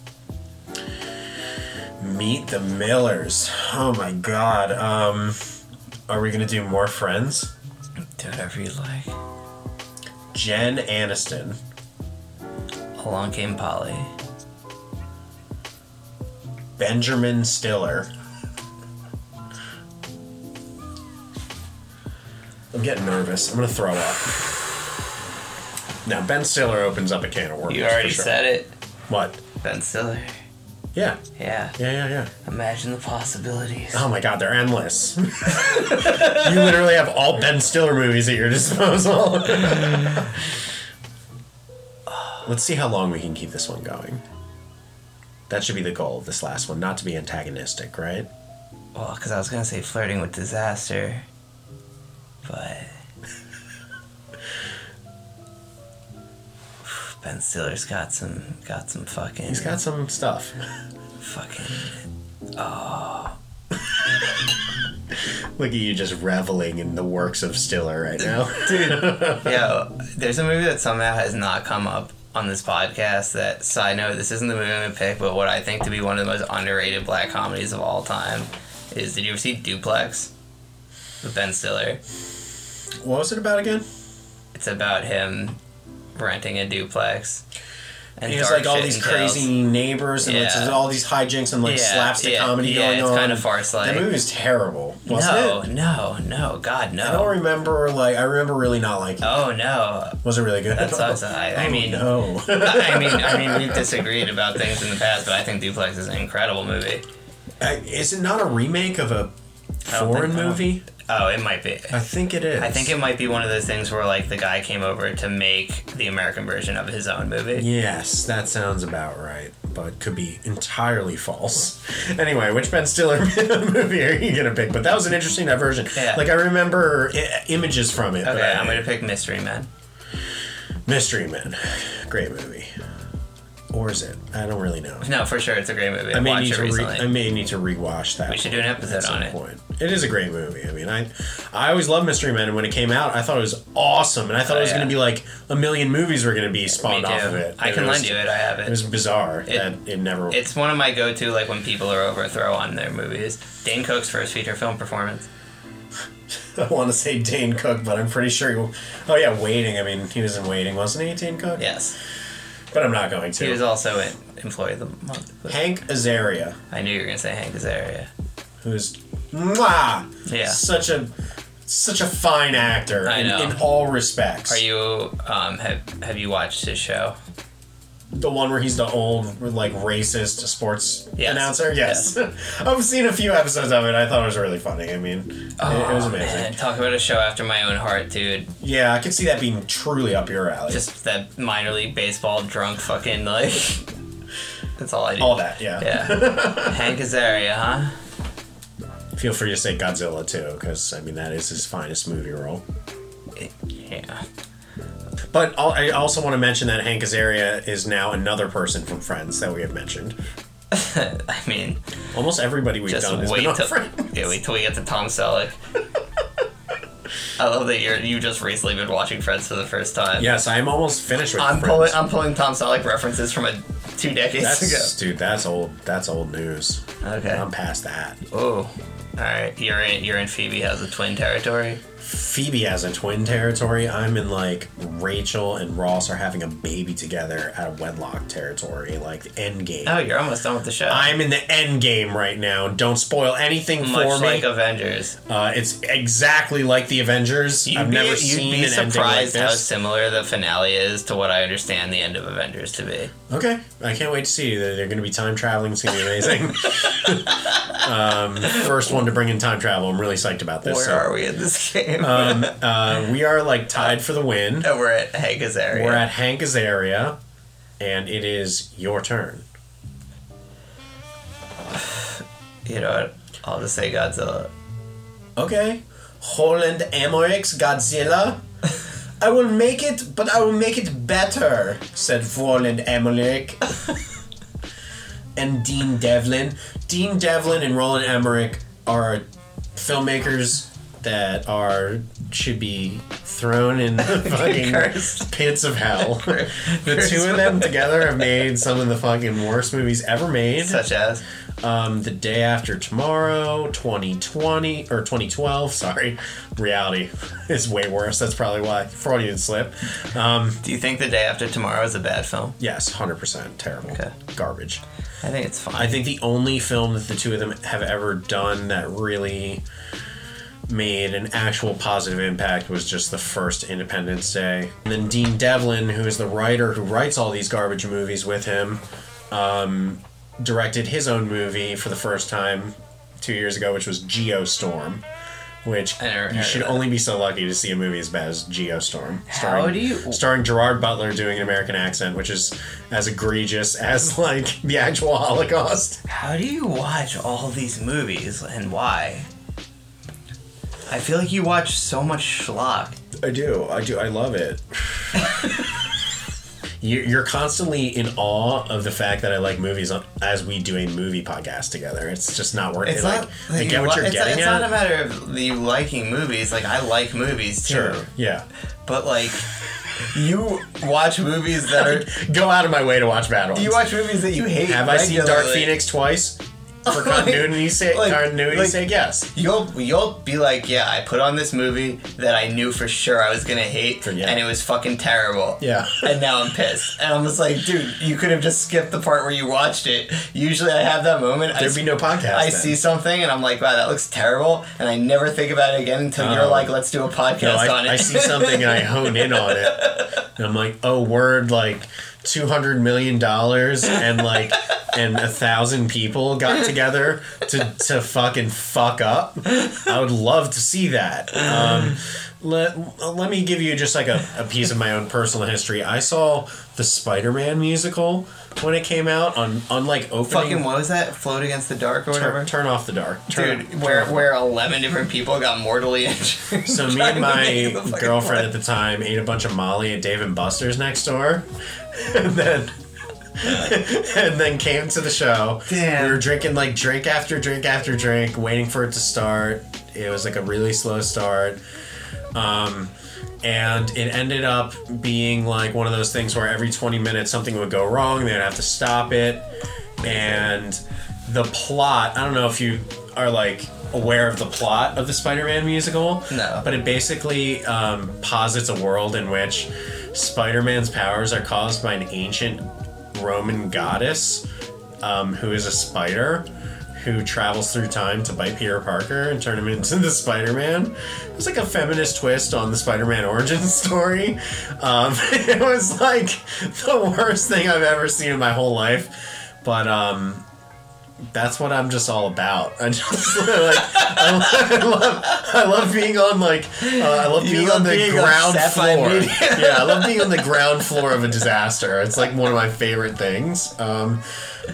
Speaker 1: Meet the Millers. Oh my god. Um, are we gonna do more friends?
Speaker 2: Do whatever you like.
Speaker 1: Jen Aniston.
Speaker 2: Along came Polly.
Speaker 1: Oh, Benjamin Stiller. I'm getting nervous. I'm gonna throw up. Now Ben Stiller opens up a can of worms.
Speaker 2: You
Speaker 1: for
Speaker 2: already
Speaker 1: sure.
Speaker 2: said it.
Speaker 1: What?
Speaker 2: Ben Stiller.
Speaker 1: Yeah.
Speaker 2: Yeah.
Speaker 1: Yeah, yeah, yeah.
Speaker 2: Imagine the possibilities.
Speaker 1: Oh my god, they're endless. you literally have all Ben Stiller movies at your disposal. Let's see how long we can keep this one going. That should be the goal of this last one, not to be antagonistic, right?
Speaker 2: Well, because I was gonna say flirting with disaster, but Ben Stiller's got some got some fucking
Speaker 1: He's got some stuff.
Speaker 2: fucking
Speaker 1: Look at you just reveling in the works of Stiller right now.
Speaker 2: yo. There's a movie that somehow has not come up on this podcast. That side note, this isn't the movie I'm gonna pick, but what I think to be one of the most underrated black comedies of all time is. Did you ever see Duplex? With Ben Stiller.
Speaker 1: what was it about again?
Speaker 2: It's about him renting a duplex. And
Speaker 1: He has
Speaker 2: dark
Speaker 1: like all
Speaker 2: shit
Speaker 1: these
Speaker 2: entails.
Speaker 1: crazy neighbors and like,
Speaker 2: Yeah.
Speaker 1: there's all these hijinks and like
Speaker 2: Yeah,
Speaker 1: slapstick
Speaker 2: yeah,
Speaker 1: comedy
Speaker 2: yeah,
Speaker 1: going
Speaker 2: it's
Speaker 1: on.
Speaker 2: kinda farce-like.
Speaker 1: The movie was terrible, wasn't
Speaker 2: no,
Speaker 1: it?
Speaker 2: no, no, God,
Speaker 1: I don't
Speaker 2: no.
Speaker 1: remember. Like I remember really not liking. it.
Speaker 2: Oh no.
Speaker 1: Was it really good?
Speaker 2: That sucks. I, I
Speaker 1: Oh,
Speaker 2: mean,
Speaker 1: no.
Speaker 2: I mean, I mean, we've disagreed about things in the past, but I think Duplex is an incredible movie.
Speaker 1: I- is it not a remake of a
Speaker 2: I don't
Speaker 1: foreign
Speaker 2: think- I don't-
Speaker 1: movie?
Speaker 2: Oh, it might be.
Speaker 1: I think it is.
Speaker 2: I think it might be one of those things where like the guy came over to make the American version of his own movie.
Speaker 1: Yes, that sounds about right, but could be entirely false. Anyway, which Ben Stiller movie are you gonna pick? But that was an interesting diversion.
Speaker 2: Yeah.
Speaker 1: Like I remember I- images from it. but
Speaker 2: Okay,
Speaker 1: I-
Speaker 2: I'm gonna pick Mystery Men.
Speaker 1: Mystery Men, great movie. Or is it? I don't really know.
Speaker 2: No, for sure, it's a great movie. I,
Speaker 1: I may,
Speaker 2: watched
Speaker 1: need
Speaker 2: it
Speaker 1: to re-
Speaker 2: recently.
Speaker 1: I may need to rewatch that.
Speaker 2: we should do an episode on it.
Speaker 1: point. It is a great movie. I mean, I I always loved Mystery Men, and when it came out, I thought it was awesome, and I thought
Speaker 2: Oh,
Speaker 1: it was
Speaker 2: yeah.
Speaker 1: going to be like a million movies were going to be
Speaker 2: Me
Speaker 1: spawned
Speaker 2: too.
Speaker 1: off of it.
Speaker 2: I
Speaker 1: And
Speaker 2: can
Speaker 1: it was,
Speaker 2: lend you it. I have
Speaker 1: It was bizarre that it never.
Speaker 2: It's one of my go-to, like when people are over, throw on their movies. Dane Cook's first feature film performance.
Speaker 1: I want to say Dane Cook, but I'm pretty sure. He, oh yeah, Waiting. I mean, he was in Waiting, wasn't he, Dane Cook?
Speaker 2: Yes,
Speaker 1: But I'm not going to.
Speaker 2: he was also in Employee of the Month. but
Speaker 1: Hank Azaria,
Speaker 2: I knew you were gonna say Hank Azaria.
Speaker 1: who's mwah,
Speaker 2: Yeah.
Speaker 1: such a such a fine actor
Speaker 2: I
Speaker 1: in,
Speaker 2: know.
Speaker 1: in all respects.
Speaker 2: Are you um have have you watched his show?
Speaker 1: The one where he's the old, like, racist sports
Speaker 2: Yes.
Speaker 1: announcer? Yes. I've seen a few episodes of it. I thought it was really funny. I mean, it- it, was
Speaker 2: Oh,
Speaker 1: amazing.
Speaker 2: man, talk about a show after my own heart, dude.
Speaker 1: Yeah, I could see that being truly up your alley.
Speaker 2: Just that minor league baseball drunk fucking like. That's all I do.
Speaker 1: all that, yeah.
Speaker 2: Yeah. Hank Azaria, huh?
Speaker 1: Feel free to say Godzilla, too, because, I mean, that is his finest movie role.
Speaker 2: Yeah.
Speaker 1: But al- I also want to mention that Hank Azaria is now another person from Friends that we have mentioned.
Speaker 2: I mean,
Speaker 1: Almost everybody we've
Speaker 2: Just
Speaker 1: done has
Speaker 2: wait
Speaker 1: been on
Speaker 2: till
Speaker 1: Friends.
Speaker 2: yeah, wait till we get to Tom Selleck. I love that you're you just recently been watching Friends for the first time.
Speaker 1: Yes, I'm almost finished with
Speaker 2: I'm
Speaker 1: Friends.
Speaker 2: pulling I'm pulling Tom Selleck references from a two decades
Speaker 1: that's, Um, dude, that's old. That's old news.
Speaker 2: ago. Okay.
Speaker 1: I'm past that.
Speaker 2: oh. Alright, you're in you're in Phoebe has a twin territory.
Speaker 1: Phoebe has a twin territory. I'm in like Rachel and Ross are having a baby together out of wedlock territory, like the end game.
Speaker 2: Oh, you're almost done with the show.
Speaker 1: I'm in the end game right now. Don't spoil anything
Speaker 2: much
Speaker 1: for
Speaker 2: like
Speaker 1: me.
Speaker 2: Avengers.
Speaker 1: uh, it's exactly like the Avengers. I've
Speaker 2: be,
Speaker 1: never
Speaker 2: you'd
Speaker 1: seen
Speaker 2: be
Speaker 1: an
Speaker 2: surprised
Speaker 1: ending
Speaker 2: how
Speaker 1: like this.
Speaker 2: similar the finale is to what I understand the end of Avengers to be.
Speaker 1: okay, I can't wait to see. They're, they're going to be time traveling. It's going to be amazing. um, first one to bring in time travel. I'm really psyched about this.
Speaker 2: Where
Speaker 1: so.
Speaker 2: are we in this game?
Speaker 1: Um, uh, we are like tied for the win.
Speaker 2: we're at Hank Azaria.
Speaker 1: We're at Hank's area, and it is your turn.
Speaker 2: you know what? I'll just say Godzilla.
Speaker 1: Okay. Holland Amorix Godzilla. I will make it, but I will make it better, said Vorland Emmerich. and Dean Devlin. Dean Devlin and Roland Emmerich are filmmakers that are should be thrown in the fucking
Speaker 2: Cursed.
Speaker 1: pits of hell. the
Speaker 2: Cursed.
Speaker 1: two of them together have made some of the fucking worst movies ever made.
Speaker 2: Such as
Speaker 1: Um, the day after tomorrow, 2020 or 2012. Sorry, reality is way worse. That's probably why Freudian slip. Um,
Speaker 2: Do you think the day after tomorrow is a bad film?
Speaker 1: yes, 100 percent terrible,
Speaker 2: Okay.
Speaker 1: garbage.
Speaker 2: I think it's fine.
Speaker 1: I think the only film that the two of them have ever done that really made an actual positive impact was just the first Independence Day. And then Dean Devlin, who is the writer who writes all these garbage movies with him, um, directed his own movie for the first time two years ago, which was Geostorm. Which
Speaker 2: I never
Speaker 1: you
Speaker 2: heard
Speaker 1: should
Speaker 2: of that.
Speaker 1: only be so lucky to see a movie as bad as Geostorm.
Speaker 2: How do you-
Speaker 1: Starring Gerard Butler doing an American accent, which is as egregious as like the actual Holocaust.
Speaker 2: How do you watch all these movies and why? I feel like you watch so much schlock.
Speaker 1: I do. I do. I love it. You- You're constantly in awe of the fact that I like movies on- as we do a movie podcast together. It's just not working.
Speaker 2: It's
Speaker 1: like,
Speaker 2: not.
Speaker 1: I
Speaker 2: you
Speaker 1: get what
Speaker 2: li-
Speaker 1: you're
Speaker 2: it's,
Speaker 1: getting
Speaker 2: it's
Speaker 1: at.
Speaker 2: not a matter of you liking movies. Like I like movies too,
Speaker 1: sure. Yeah.
Speaker 2: but like you watch movies that are.
Speaker 1: Go out of my way to watch Bad Ones.
Speaker 2: You watch movies that you hate.
Speaker 1: Have I seen Dark
Speaker 2: regularly.
Speaker 1: Phoenix twice? For
Speaker 2: Like-
Speaker 1: continuity's sake,
Speaker 2: like-
Speaker 1: continuity's
Speaker 2: like-
Speaker 1: sake, yes.
Speaker 2: You'll you'll be like, yeah, I put on this movie that I knew for sure I was gonna hate,
Speaker 1: Yeah.
Speaker 2: and it was fucking terrible.
Speaker 1: Yeah.
Speaker 2: and now I'm pissed. And I'm just like, dude, you could have just skipped the part where you watched it. Usually, I have that moment. I,
Speaker 1: There'd be no podcast.
Speaker 2: I
Speaker 1: then.
Speaker 2: see something, and I'm like, wow, that looks terrible, and I never think about it again until
Speaker 1: Oh.
Speaker 2: you're like, let's do a podcast
Speaker 1: No,
Speaker 2: on it.
Speaker 1: I, I see something and I hone in on it. And I'm like, oh, word, like two hundred million dollars and like and a thousand people got together to to fucking fuck up. I would love to see that. Um, let let me give you just like a, a piece of my own personal history. I saw the Spider-Man musical when it came out on on like opening.
Speaker 2: Fucking what was that? Float against the dark or whatever.
Speaker 1: Turn, turn off the dark. Turn,
Speaker 2: Dude,
Speaker 1: turn
Speaker 2: where
Speaker 1: off-
Speaker 2: where eleven different people got mortally injured.
Speaker 1: So me
Speaker 2: trying
Speaker 1: and
Speaker 2: to
Speaker 1: my
Speaker 2: make the fucking
Speaker 1: girlfriend at the time ate a bunch of Molly at Dave and Buster's next door, and then and then came to the show.
Speaker 2: Damn.
Speaker 1: We were drinking like drink after drink after drink, waiting for it to start. It was like a really slow start. Um, and it ended up being like one of those things where every 20 minutes something would go wrong, they'd have to stop it. And the plot, I don't know if you are like aware of the plot of the Spider Man musical.
Speaker 2: No.
Speaker 1: But it basically um, posits a world in which Spider Man's powers are caused by an ancient Roman goddess um, who is a spider who travels through time to bite Peter Parker and turn him into the Spider Man. It was like a feminist twist on the Spider Man origin story. Um, it was like the worst thing I've ever seen in my whole life. But um, that's what I'm just all about. I just like I love, I love, I love being on like uh, I love being
Speaker 2: love
Speaker 1: on the
Speaker 2: being
Speaker 1: ground
Speaker 2: upset by
Speaker 1: floor.
Speaker 2: media.
Speaker 1: yeah, I love being on the ground floor of a disaster. It's like one of my favorite things. Um,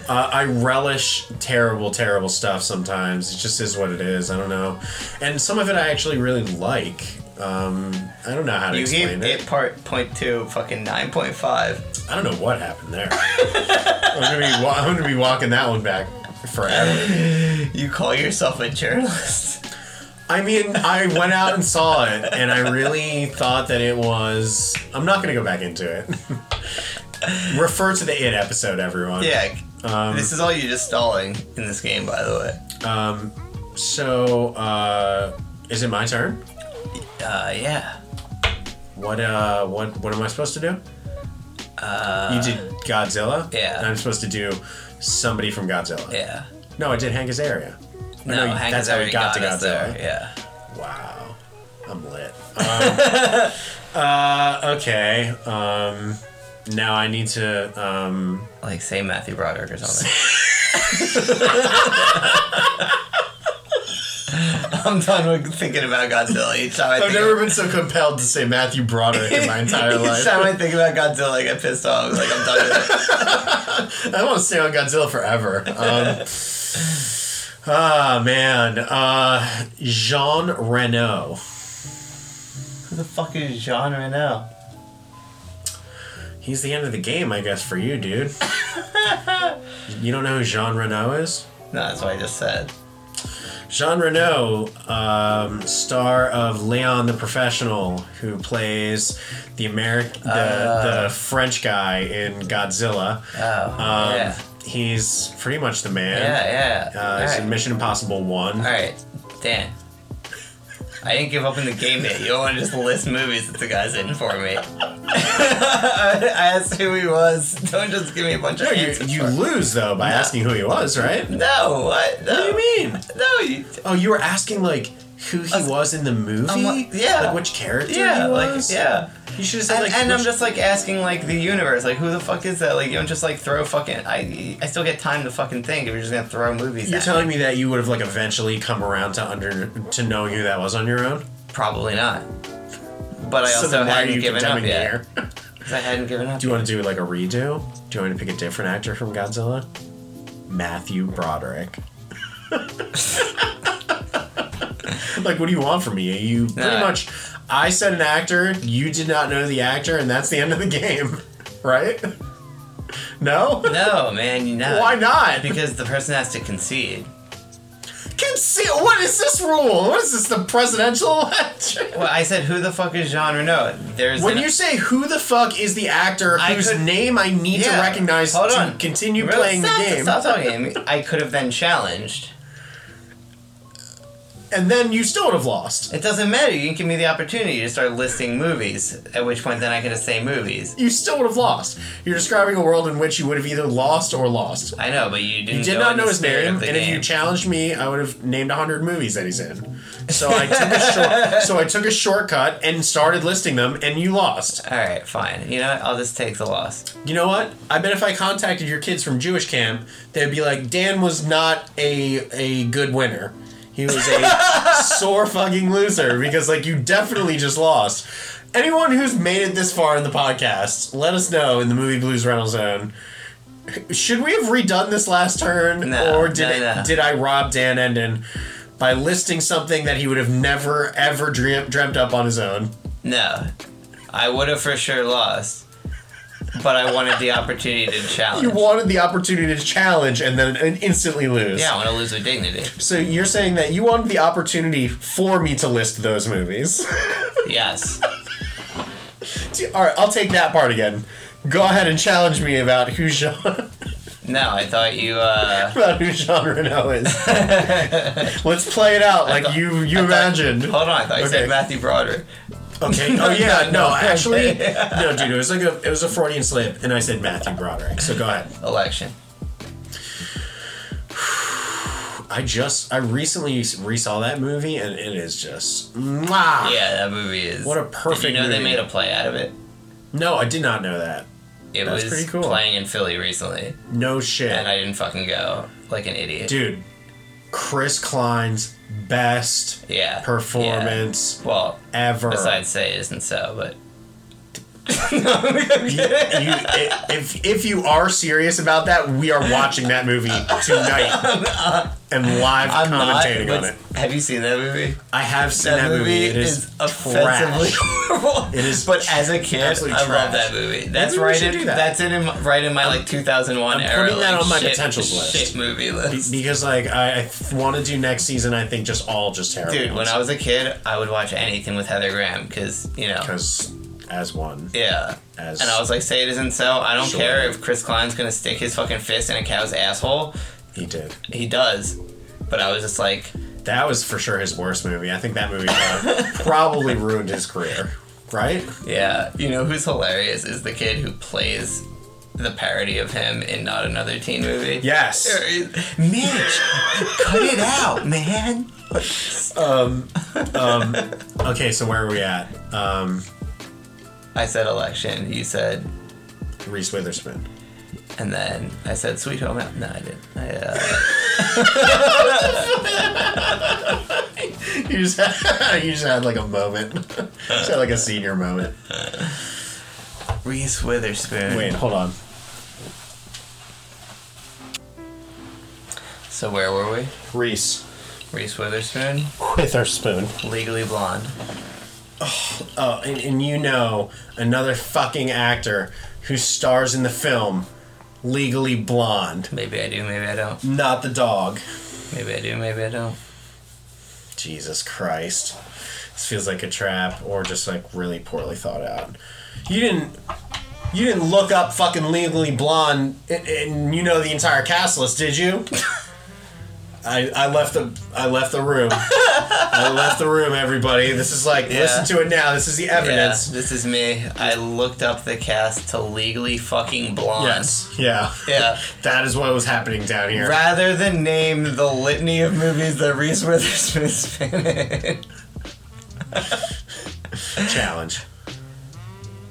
Speaker 1: uh, I relish terrible, terrible stuff sometimes. It just is what it is. I don't know, and some of it I actually really like. Um, I don't know how to
Speaker 2: You
Speaker 1: explain
Speaker 2: gave
Speaker 1: it.
Speaker 2: it part point two fucking nine point five.
Speaker 1: I don't know what happened there. I'm gonna be wa- I'm gonna be walking that one back forever.
Speaker 2: You call yourself a journalist?
Speaker 1: I mean, I went out and saw it, and I really thought that it was. I'm not going to go back into it. Refer to the it episode, everyone.
Speaker 2: Yeah.
Speaker 1: Um,
Speaker 2: this is all you just stalling in this game, by the way.
Speaker 1: So, uh, is it my turn?
Speaker 2: Uh, yeah.
Speaker 1: What uh, what what am I supposed to do? Uh, you did Godzilla.
Speaker 2: yeah.
Speaker 1: And I'm supposed to do somebody from Godzilla.
Speaker 2: Yeah.
Speaker 1: No, I did Hank Azaria. Or
Speaker 2: No,
Speaker 1: you-
Speaker 2: Hank
Speaker 1: that's
Speaker 2: has
Speaker 1: how we
Speaker 2: already
Speaker 1: got
Speaker 2: got,
Speaker 1: to
Speaker 2: us
Speaker 1: Godzilla.
Speaker 2: there. Yeah.
Speaker 1: Wow, I'm lit. Um, uh, okay. Um, now I need to. Um,
Speaker 2: Like say Matthew Broderick or something. I'm done with thinking about Godzilla. Each time I
Speaker 1: I've
Speaker 2: think
Speaker 1: never
Speaker 2: of-
Speaker 1: been so compelled to say Matthew Broderick in my entire
Speaker 2: Each
Speaker 1: life.
Speaker 2: time I think about Godzilla, I get pissed off. Like I'm done with it.
Speaker 1: I want to stay on Godzilla forever. Um, ah, man. Uh, Jean Reno.
Speaker 2: Who the fuck is John right now?
Speaker 1: He's the end of the game, I guess, for you, dude. you don't know who Jean Reno is?
Speaker 2: No, that's what I just said.
Speaker 1: Jean Reno, um, star of Leon the Professional, who plays the American, the,
Speaker 2: Ah.
Speaker 1: the French guy in Godzilla.
Speaker 2: Oh,
Speaker 1: Um,
Speaker 2: yeah,
Speaker 1: He's pretty much the man.
Speaker 2: yeah, yeah.
Speaker 1: Uh,
Speaker 2: All
Speaker 1: he's
Speaker 2: right.
Speaker 1: in Mission Impossible One.
Speaker 2: All right, Dan.
Speaker 3: I didn't give up in the game yet. You don't want to just list movies that the guy's in for me.
Speaker 2: I asked who he was. Don't just give me a bunch
Speaker 1: No,
Speaker 2: of
Speaker 1: you,
Speaker 2: answers.
Speaker 1: you lose though by asking who he was, right?
Speaker 2: no, what? No.
Speaker 1: What do you mean?
Speaker 2: No, you,
Speaker 1: Oh, you were asking like who he
Speaker 2: was-
Speaker 1: was in the movie?
Speaker 2: I'm like- yeah.
Speaker 1: Um, Like which character
Speaker 2: yeah,
Speaker 1: he
Speaker 2: like,
Speaker 1: was?
Speaker 2: yeah.
Speaker 1: You should have said
Speaker 2: And,
Speaker 1: like
Speaker 2: and
Speaker 1: which-
Speaker 2: I'm just like asking like the universe, like who the fuck is that? Like you don't just like throw fucking. I I still get time to fucking think if you're just gonna throw movies.
Speaker 1: You're
Speaker 2: at
Speaker 1: telling me that you would have like eventually come around to under to knowing who that was on your own?
Speaker 2: me. probably not. But I
Speaker 1: So
Speaker 2: also
Speaker 1: then why are
Speaker 2: hadn't
Speaker 1: you
Speaker 2: given up
Speaker 1: condemning the
Speaker 2: yet.
Speaker 1: air?
Speaker 2: 'Cause I hadn't given up.
Speaker 1: Do you want to do like a redo? Do you want to pick a different actor from Godzilla? Matthew Broderick. like, what do you want from me? You pretty
Speaker 2: Nah.
Speaker 1: much. I said an actor. You did not know the actor, and that's the end of the game, right? No.
Speaker 2: No, man, you know
Speaker 1: Why not?
Speaker 2: Because the person has to concede.
Speaker 1: Conceal. What is this rule? What is this? The presidential election?
Speaker 2: Well, I said who the fuck is Jean Reno? There's
Speaker 1: When
Speaker 2: an-
Speaker 1: you say who the fuck is the actor
Speaker 2: I
Speaker 1: whose
Speaker 2: could-
Speaker 1: name I need to
Speaker 2: Yeah.
Speaker 1: recognize
Speaker 2: Hold
Speaker 1: to
Speaker 2: on.
Speaker 1: continue
Speaker 2: Really?
Speaker 1: playing the
Speaker 2: Stop-
Speaker 1: game,
Speaker 2: Stop talking. to me. I could have been challenged.
Speaker 1: and then you still would have lost.
Speaker 2: It doesn't matter. You didn't give me the opportunity to start listing movies. At which point, then I could have say movies.
Speaker 1: You still would have lost. You're describing a world in which you would have either lost or lost.
Speaker 2: I know, but you didn't.
Speaker 1: You did
Speaker 2: go
Speaker 1: not
Speaker 2: in the
Speaker 1: know his
Speaker 2: spirit
Speaker 1: name,
Speaker 2: of
Speaker 1: and
Speaker 2: the
Speaker 1: if you
Speaker 2: game.
Speaker 1: challenged me, I would have named hundred movies that he's in. So I took a short, so I took a shortcut and started listing them, and you lost.
Speaker 2: All right, fine. You know, what? I'll just take the loss.
Speaker 1: You know what? I bet if I contacted your kids from Jewish camp, they'd be like, Dan was not a a good winner. He was a sore fucking loser because like you definitely just lost. Anyone who's made it this far in the podcast, let us know in the movie Blues Rental Zone. Should we have redone this last turn,
Speaker 2: No,
Speaker 1: or did
Speaker 2: no,
Speaker 1: it-
Speaker 2: no.
Speaker 1: did I rob Dan Enden by listing something that he would have never ever dream, dreamt up on his own?
Speaker 2: No, I would have for sure lost, but I wanted the opportunity to challenge.
Speaker 1: You wanted the opportunity to challenge and then instantly lose.
Speaker 2: yeah, I want to lose with dignity.
Speaker 1: So you're saying that you wanted the opportunity for me to list those movies.
Speaker 2: Yes.
Speaker 1: All right, I'll take that part again. Go ahead and challenge me about who Jean
Speaker 2: No, I thought you. uh
Speaker 1: about who Jean Reno is. Let's play it out like you you imagined.
Speaker 2: Hold on, I thought you
Speaker 1: Okay.
Speaker 2: said Matthew Broderick.
Speaker 1: Okay. Oh yeah. No,
Speaker 2: No, no,
Speaker 1: actually, no, dude. It was like a it was a Freudian slip, and I said Matthew Broderick. So go ahead.
Speaker 2: Election.
Speaker 1: I just I recently resaw that movie, and it is just mwah.
Speaker 2: Yeah, that movie is.
Speaker 1: What a
Speaker 2: Did
Speaker 1: perfect
Speaker 2: you know they
Speaker 1: movie.
Speaker 2: made a play out of it?
Speaker 1: No, I did not know that.
Speaker 2: It
Speaker 1: That's
Speaker 2: was
Speaker 1: pretty cool.
Speaker 2: playing in Philly recently,
Speaker 1: No shit.
Speaker 2: and I didn't fucking go like an idiot.
Speaker 1: dude, Chris Klein's best
Speaker 2: yeah.
Speaker 1: performance
Speaker 2: yeah. Well,
Speaker 1: ever.
Speaker 2: besides say it isn't so, but
Speaker 1: You- you- if if you are serious about that, we are watching that movie tonight and live commentating on
Speaker 2: but-
Speaker 1: it.
Speaker 2: Have you seen that movie?
Speaker 1: I have seen that, movie. It is,
Speaker 2: offensively
Speaker 1: trash.
Speaker 2: horrible.
Speaker 1: It is
Speaker 2: but as a kid, I
Speaker 1: absolute trash.
Speaker 2: love that movie. That's
Speaker 1: Maybe we
Speaker 2: right.
Speaker 1: should
Speaker 2: In,
Speaker 1: do that.
Speaker 2: That's in my- right in my like 2001
Speaker 1: I'm
Speaker 2: era.
Speaker 1: putting that
Speaker 2: like,
Speaker 1: on my
Speaker 2: shit,
Speaker 1: potentials list.
Speaker 2: Shit movie list.
Speaker 1: Because like I, I want to do next season, I think just all just terrible.
Speaker 2: Dude, when I was a kid, I would watch anything with Heather Graham because you know.
Speaker 1: because as one
Speaker 2: Yeah.
Speaker 1: as
Speaker 2: And I was like, say it isn't so. I don't
Speaker 1: Sure.
Speaker 2: care if Chris Klein's gonna stick his fucking fist in a cow's asshole.
Speaker 1: he did.
Speaker 2: He does. But I was just like,
Speaker 1: That was for sure his worst movie. I think that movie prob- probably ruined his career. Right?
Speaker 2: yeah. You know who's hilarious is the kid who plays the parody of him in not another teen movie.
Speaker 1: Yes.
Speaker 2: Mitch, cut it out, man.
Speaker 1: Okay, so where are we at? Um,
Speaker 2: I said election. You said,
Speaker 1: Reese Witherspoon.
Speaker 2: and then I said Sweet Home Al- No, I didn't. I, uh,
Speaker 1: You just had, you just had like a moment. just had like a senior moment.
Speaker 2: Reese Witherspoon.
Speaker 1: Wait, hold on.
Speaker 2: So where were we?
Speaker 1: Reese
Speaker 2: Reese Witherspoon,
Speaker 1: Witherspoon.
Speaker 2: Legally Blonde.
Speaker 1: oh, and, and you know another fucking actor who stars in the film Legally Blonde,
Speaker 4: Maybe I do, maybe I don't.
Speaker 1: not the dog.
Speaker 4: Maybe I do, maybe I don't.
Speaker 1: Jesus Christ. This feels like a trap or just like really poorly thought out. You didn't you didn't look up fucking legally blonde and, and you know the entire cast list, did you? I, I left the I left the room. I left the room, everybody. This is like listen to it now. This is the
Speaker 4: Yeah,
Speaker 1: evidence.
Speaker 4: this is me.
Speaker 2: I looked up the cast to legally fucking blonde.
Speaker 1: Yes. Yeah.
Speaker 2: Yeah.
Speaker 1: That is what was happening down here.
Speaker 2: Rather than name the litany of movies that Reese Witherspoon's been in.
Speaker 1: Challenge.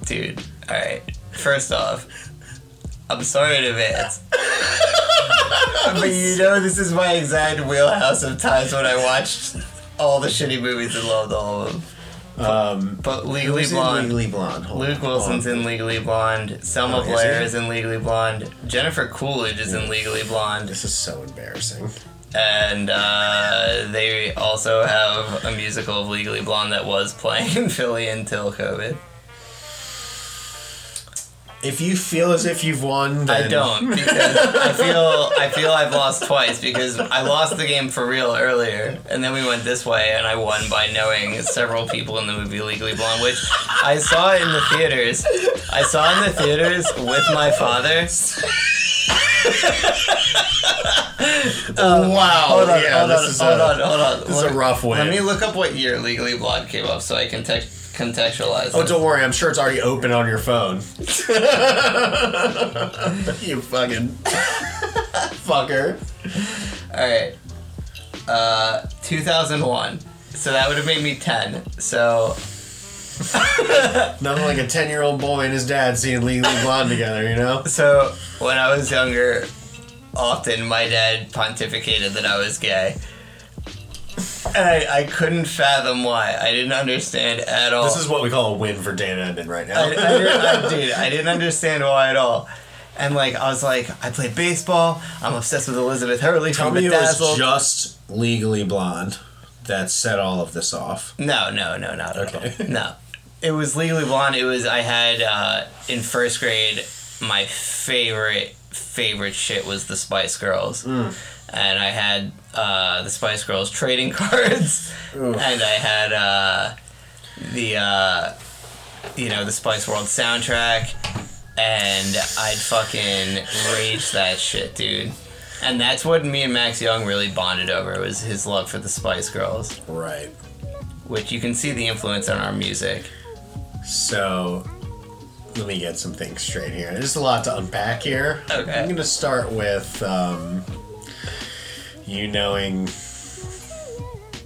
Speaker 2: Dude, alright. First off, I'm sorry in advance. but you know this is my exact wheelhouse of times when I watched all the shitty movies and loved all of them.
Speaker 1: Um
Speaker 2: But Legally
Speaker 1: who's in
Speaker 2: Blonde.
Speaker 1: Legally blonde. Hold
Speaker 2: Luke
Speaker 1: on,
Speaker 2: Wilson's
Speaker 1: hold
Speaker 2: in Legally Blonde. Selma
Speaker 1: Oh, is
Speaker 2: Blair
Speaker 1: he?
Speaker 2: is in Legally Blonde. Jennifer Coolidge is in Legally
Speaker 1: on.
Speaker 2: Blonde.
Speaker 1: This is so embarrassing.
Speaker 2: And uh, they also have a musical of Legally Blonde that was playing in Philly until COVID.
Speaker 1: If you feel as if you've won, then
Speaker 2: I don't because I feel I feel I've lost twice because I lost the game for real earlier, and then we went this way, and I won by knowing several people in the movie Legally Blonde, which I saw in the theaters. I saw in the theaters with my father.
Speaker 1: wow.
Speaker 2: Hold on,
Speaker 1: yeah,
Speaker 2: hold,
Speaker 1: this
Speaker 2: on
Speaker 1: is
Speaker 2: hold
Speaker 1: a,
Speaker 2: on, hold on,
Speaker 1: This is a rough win.
Speaker 2: Let me look up what year Legally Blonde came up so I can tec- contextualize.
Speaker 1: Oh,
Speaker 2: it.
Speaker 1: don't worry. I'm sure it's already open on your phone. you fucking fucker.
Speaker 2: All right. Uh, 2001. So that would have made me 10. So
Speaker 1: Nothing like a 10 year old boy and his dad seeing Legally Blonde together, you know?
Speaker 2: So when I was younger, often my dad pontificated that I was gay. And I, I couldn't fathom why. I didn't understand at all.
Speaker 1: This is what we call a win for Dan Edmond right
Speaker 2: I, I
Speaker 1: now.
Speaker 2: didn't, I, dude, I didn't understand why at all. And like I was like, I play baseball. I'm obsessed with Elizabeth Hurley
Speaker 1: Tell
Speaker 2: from
Speaker 1: me it was
Speaker 2: Bedazzled.
Speaker 1: just Legally Blonde that set all of this off.
Speaker 2: no, no, no, not at
Speaker 1: Okay.
Speaker 2: all. No, it was Legally Blonde. It was I had uh, in first grade. My favorite favorite shit was the Spice Girls.
Speaker 1: Mm.
Speaker 2: and I had uh, the Spice Girls trading cards,
Speaker 1: Oof.
Speaker 2: and I had uh, the uh, you know the Spice World soundtrack, and I'd fucking rage that shit, dude. And that's what me and Max Young really bonded over was his love for the Spice Girls,
Speaker 1: Right.
Speaker 2: which you can see the influence on our music.
Speaker 1: So, let me get some things straight here. There's a lot to unpack here.
Speaker 2: Okay.
Speaker 1: I'm going to start with um, you knowing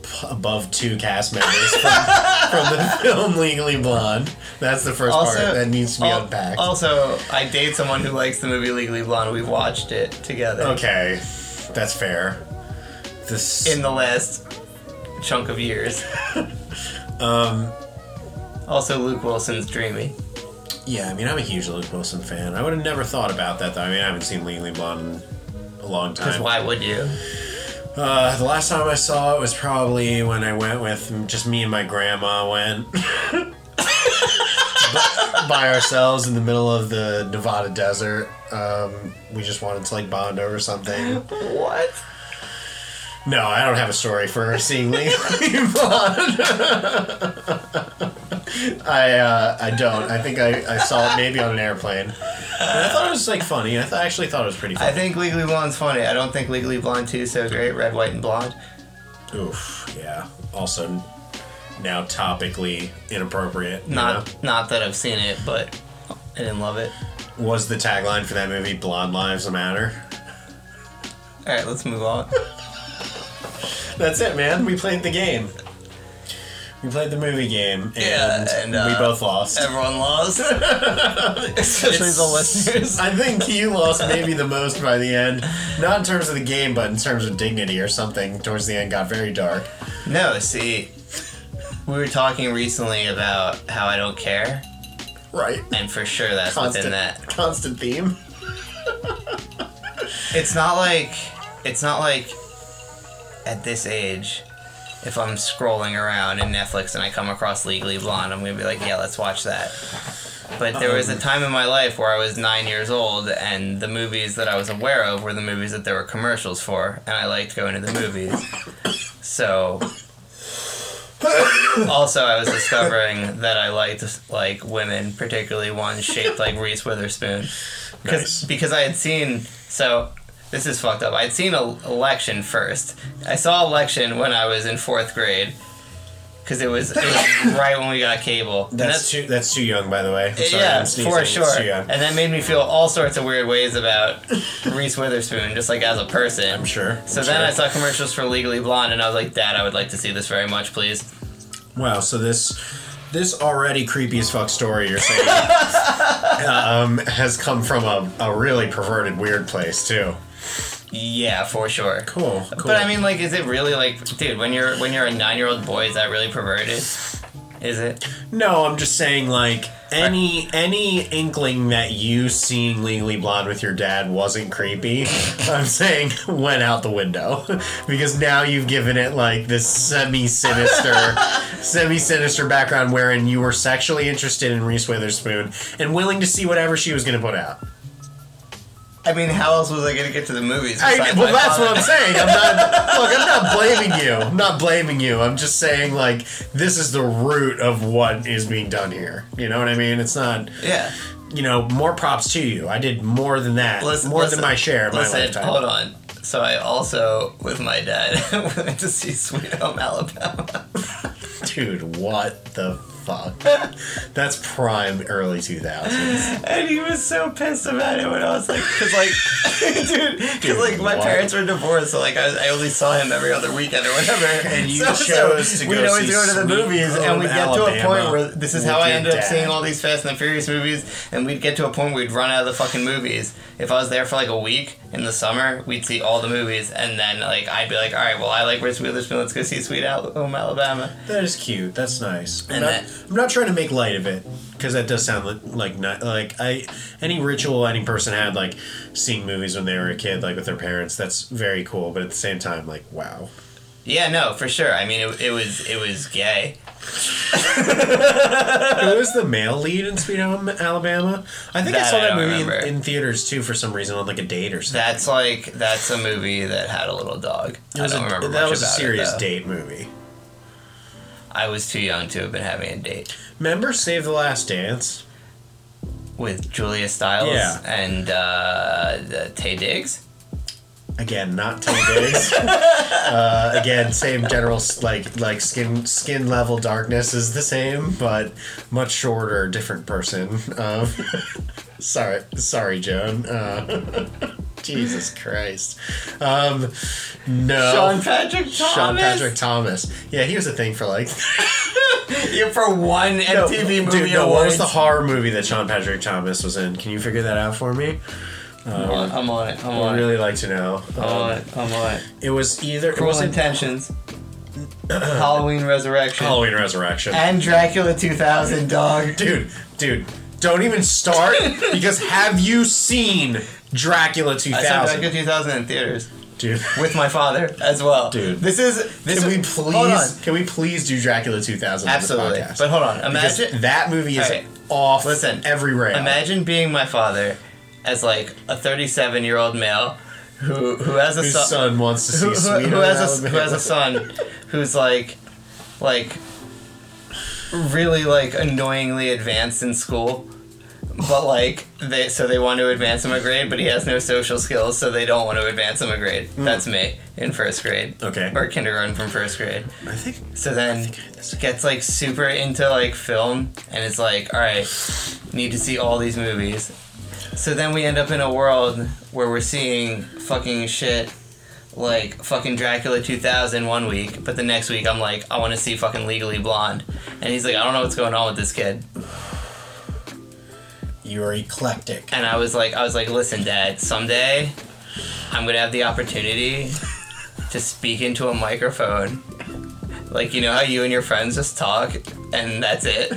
Speaker 1: p- above two cast members from, from the film Legally Blonde. That's the first part that needs to be
Speaker 2: al-
Speaker 1: unpacked.
Speaker 2: Also, I date someone who likes the movie Legally Blonde. We watched it together
Speaker 1: okay, that's fair. This
Speaker 2: in the last chunk of years.
Speaker 1: um
Speaker 2: Also, Luke Wilson's Dreamy.
Speaker 1: yeah, I mean I'm a huge Luke Wilson fan. I would have never thought about that though. I mean I haven't seen Legally Blonde in a long
Speaker 2: Because
Speaker 1: time.
Speaker 2: why would you?
Speaker 1: Uh, the last time I saw it was probably when I went with just me and my grandma went by, by ourselves in the middle of the Nevada desert. Um, we just wanted to like bond over something.
Speaker 2: What?
Speaker 1: No, I don't have a story for seeing Legally Blonde. I uh, I don't. I think I, I saw it maybe on an airplane. And I thought it was like funny. I, th- I actually thought it was pretty
Speaker 2: I
Speaker 1: funny.
Speaker 2: think Legally Blonde's funny. I don't think Legally Blonde 2 is so great. Red, white, and blonde.
Speaker 1: Oof. Yeah. Also, now topically inappropriate. you
Speaker 2: Not not that I've seen it, but I didn't love it.
Speaker 1: know? was the tagline for that movie "Blonde Lives Matter."
Speaker 2: All right, let's move on.
Speaker 1: That's it, man. We played the game. We played the movie game, and,
Speaker 2: Yeah, and,
Speaker 1: we
Speaker 2: uh,
Speaker 1: both lost.
Speaker 2: Everyone lost. Especially the listeners.
Speaker 1: I think you lost maybe the most by the end. Not in terms of the game, but in terms of dignity or something. Towards the end, got very dark.
Speaker 2: No, see, we were talking recently about how I don't care,
Speaker 1: Right.
Speaker 2: and for sure that's
Speaker 1: Constant.
Speaker 2: within that.
Speaker 1: Constant theme.
Speaker 2: It's not like, it's not like at this age, if I'm scrolling around in Netflix and I come across Legally Blonde, I'm gonna be like, yeah, let's watch that. But there was a time in my life where I was nine years old, and the movies that I was aware of were the movies that there were commercials for, and I liked going to the movies. So. also, I was discovering that I liked like women, particularly ones shaped like Reese Witherspoon, because
Speaker 1: Nice.
Speaker 2: because I had seen so this is fucked up. I'd seen a, election first. I saw election when I was in fourth grade, because it was, it was right when we got cable. And
Speaker 1: That's too. That's too young, by the way. I'm sorry,
Speaker 2: yeah,
Speaker 1: I'm sneezing.
Speaker 2: for
Speaker 1: It's
Speaker 2: sure.
Speaker 1: too young.
Speaker 2: And that made me feel all sorts of weird ways about Reese Witherspoon, just like as a person.
Speaker 1: I'm sure.
Speaker 2: So
Speaker 1: I'm
Speaker 2: then
Speaker 1: sure.
Speaker 2: I saw commercials for Legally Blonde, and I was like, Dad, I would like to see this very much, please.
Speaker 1: Wow, so this this already creepy as fuck story you're saying um, has come from a, a really perverted weird place too.
Speaker 2: Yeah, for sure.
Speaker 1: Cool, cool.
Speaker 2: But I mean, like, is it really like, dude? When you're when you're a nine year old boy, is that really perverted? Is it?
Speaker 1: no, I'm just saying like any any inkling that you seeing Legally Blonde with your dad wasn't creepy, I'm saying went out the window because now you've given it like this semi sinister semi sinister background wherein you were sexually interested in Reese Witherspoon and willing to see whatever she was going to put out.
Speaker 2: I mean, how else was I gonna get to the movies?
Speaker 1: I,
Speaker 2: besides
Speaker 1: well,
Speaker 2: my
Speaker 1: that's
Speaker 2: father?
Speaker 1: what I'm saying. I'm not. look, I'm not blaming you. I'm not blaming you. I'm just saying, like, this is the root of what is being done here. You know what I mean? It's not.
Speaker 2: Yeah.
Speaker 1: You know, more props to you. I did more than that.
Speaker 2: Listen-
Speaker 1: more
Speaker 2: listen-
Speaker 1: than my share in my
Speaker 2: listen,
Speaker 1: lifetime.
Speaker 2: Hold on. So I also, with my dad, went to see Sweet Home Alabama.
Speaker 1: Dude, what the fuck? that's prime early 2000s.
Speaker 2: And he was so pissed about it when I was like, because like, dude, because like my
Speaker 1: what?
Speaker 2: parents were divorced, so like I, I only saw him every other weekend or whatever.
Speaker 1: And you
Speaker 2: So- so
Speaker 1: chose to go
Speaker 2: We'd always
Speaker 1: see
Speaker 2: go to the
Speaker 1: Sweet
Speaker 2: movies, and
Speaker 1: Home
Speaker 2: we'd get to a
Speaker 1: Alabama
Speaker 2: point where this is
Speaker 1: with
Speaker 2: how I
Speaker 1: your
Speaker 2: ended up
Speaker 1: dad.
Speaker 2: seeing all these Fast and the Furious movies, and we'd get to a point where we'd run out of the fucking movies. If I was there for like a week in the summer, we'd see all the movies, and then like I'd be like, all right, well I like Reese Witherspoon, let's go see Sweet Al- Home Alabama.
Speaker 1: That is cute. That's nice. I'm,
Speaker 2: And
Speaker 1: not,
Speaker 2: that-
Speaker 1: I'm not trying to make light of it because that does sound li- like not like I any ritual any person had like seeing movies when they were a kid like with their parents. That's very cool, but at the same time, like wow.
Speaker 2: Yeah, no, for sure. I mean, it, it was it was gay.
Speaker 1: Who was the male lead in Sweet Home Alabama? I think I
Speaker 2: That
Speaker 1: saw
Speaker 2: I
Speaker 1: that
Speaker 2: don't
Speaker 1: movie
Speaker 2: remember.
Speaker 1: in, in theaters too for some reason on like a date or something.
Speaker 2: That's like that's a movie that had a little dog.
Speaker 1: It was
Speaker 2: I don't
Speaker 1: a-
Speaker 2: remember
Speaker 1: that
Speaker 2: much
Speaker 1: was a
Speaker 2: about it,
Speaker 1: serious
Speaker 2: though.
Speaker 1: date movie.
Speaker 2: I was too young to have been having a date
Speaker 1: Remember Save the Last Dance?
Speaker 2: with Julia Stiles
Speaker 1: Yeah.
Speaker 2: and uh, the- Tay Diggs.
Speaker 1: Again, not ten days. uh, again, same general s- like like skin skin level darkness is the same, but much shorter, different person. Um, sorry, sorry, Joan. Uh, Jesus Christ. Um, no.
Speaker 2: Sean Patrick Thomas.
Speaker 1: Sean Patrick Thomas. Yeah, he was a thing for like
Speaker 2: Yeah, for one MTV Oh, movie
Speaker 1: Dude, no, what was
Speaker 2: awards.
Speaker 1: the horror movie that Sean Patrick Thomas was in? Can you figure that out for me?
Speaker 2: I'm on- I'm on it. I'm
Speaker 1: I'd
Speaker 2: on it.
Speaker 1: really like to know.
Speaker 2: I'm
Speaker 1: Um,
Speaker 2: on it. I'm on it.
Speaker 1: it was either it
Speaker 2: Cruel
Speaker 1: wasn't
Speaker 2: Intentions. Halloween Resurrection.
Speaker 1: Halloween Resurrection.
Speaker 2: And Dracula 2000, dog.
Speaker 1: dude, dude, don't even start because have you seen Dracula
Speaker 2: I saw
Speaker 1: 2000?
Speaker 2: Dracula 2000 in theaters.
Speaker 1: dude,
Speaker 2: with my father as well.
Speaker 1: Dude.
Speaker 2: this is this
Speaker 1: can we
Speaker 2: is- Hold on.
Speaker 1: please can we please do Dracula 2000 on
Speaker 2: Absolutely,
Speaker 1: the podcast?
Speaker 2: but hold on.
Speaker 1: Because
Speaker 2: Imagine,
Speaker 1: that movie is
Speaker 2: Alright.
Speaker 1: off
Speaker 2: Listen.
Speaker 1: every rail.
Speaker 2: imagine being my father as like a 37 year old male who who has a
Speaker 1: Whose
Speaker 2: son,
Speaker 1: son wants to see
Speaker 2: who,
Speaker 1: Sweet
Speaker 2: who, who
Speaker 1: Home
Speaker 2: has a who
Speaker 1: Alabama.
Speaker 2: has a son who's like like really like annoyingly advanced in school but like they so they want to advance him a grade but he has no social skills so they don't want to advance him a grade that's me in first grade
Speaker 1: Hmm. Okay.
Speaker 2: or kindergarten from first grade
Speaker 1: I think
Speaker 2: so then gets like super into like film and it's like, all right, need to see all these movies. So then we end up in a world where we're seeing fucking shit like fucking Dracula 2000 one week, but the next week I'm like, I want to see fucking Legally Blonde. And he's like, I don't know what's going on with this kid.
Speaker 1: you are eclectic.
Speaker 2: And I was like, I was like, listen, Dad, someday I'm gonna have the opportunity to speak into a microphone Like you know how you and your friends just talk and that's it.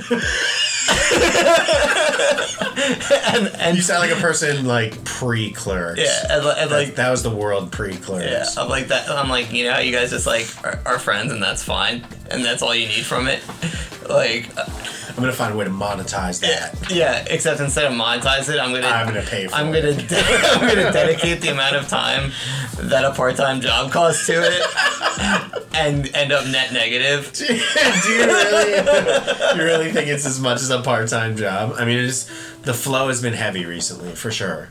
Speaker 2: and and
Speaker 1: You sound like a person like pre clerks.
Speaker 2: yeah, and, li- and like
Speaker 1: That was the world pre clerks.
Speaker 2: Yeah, I'm like that. I'm like, you know, how you guys just like are, are friends, and that's fine, and that's all you need from it. Like, uh,
Speaker 1: I'm gonna find a way to monetize that.
Speaker 2: yeah. Except instead of monetize it, I'm gonna
Speaker 1: I'm gonna pay for
Speaker 2: I'm
Speaker 1: it.
Speaker 2: gonna de- I'm gonna dedicate the amount of time that a part time job costs to it, and end up net negative.
Speaker 1: Do you really? you really think it's as much as a part-time job? I mean, it's the flow has been heavy recently, for sure.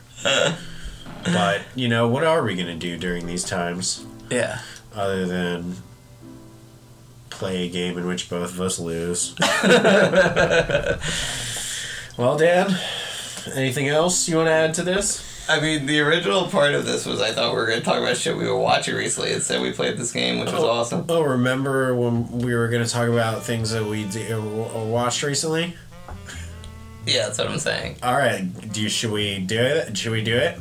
Speaker 1: but you know, what are we gonna do during these times
Speaker 2: Yeah.
Speaker 1: other than play a game in which both of us lose? well, Dan, anything else you want to add to this?
Speaker 2: I mean, the original part of this was I thought we were gonna talk about shit we were watching recently. Instead, we played this game, which was awesome.
Speaker 1: Oh, remember when we were gonna talk about things that we d- uh, watched recently?
Speaker 2: Yeah, that's what I'm saying.
Speaker 1: All right, do you, should we do it? Should we do it?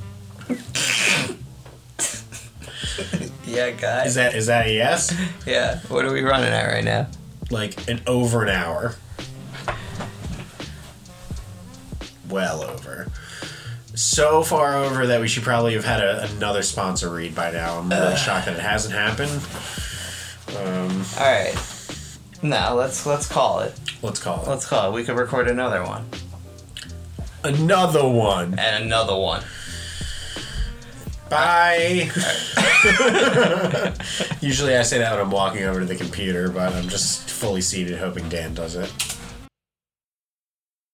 Speaker 2: Yeah,
Speaker 1: Is
Speaker 2: guys.
Speaker 1: that is that a yes?
Speaker 2: Yeah. What are we running at right now?
Speaker 1: Like an over an hour. Well over. So far over that we should probably have had a, another sponsor read by now. I'm really shocked that it hasn't happened. Um,
Speaker 2: All right. Now let's let's call it.
Speaker 1: Let's call it
Speaker 2: Let's call it. We could record another one
Speaker 1: another one.
Speaker 2: and another one.
Speaker 1: Bye. Usually I say that when I'm walking over to the computer, but I'm just fully seated hoping Dan does it.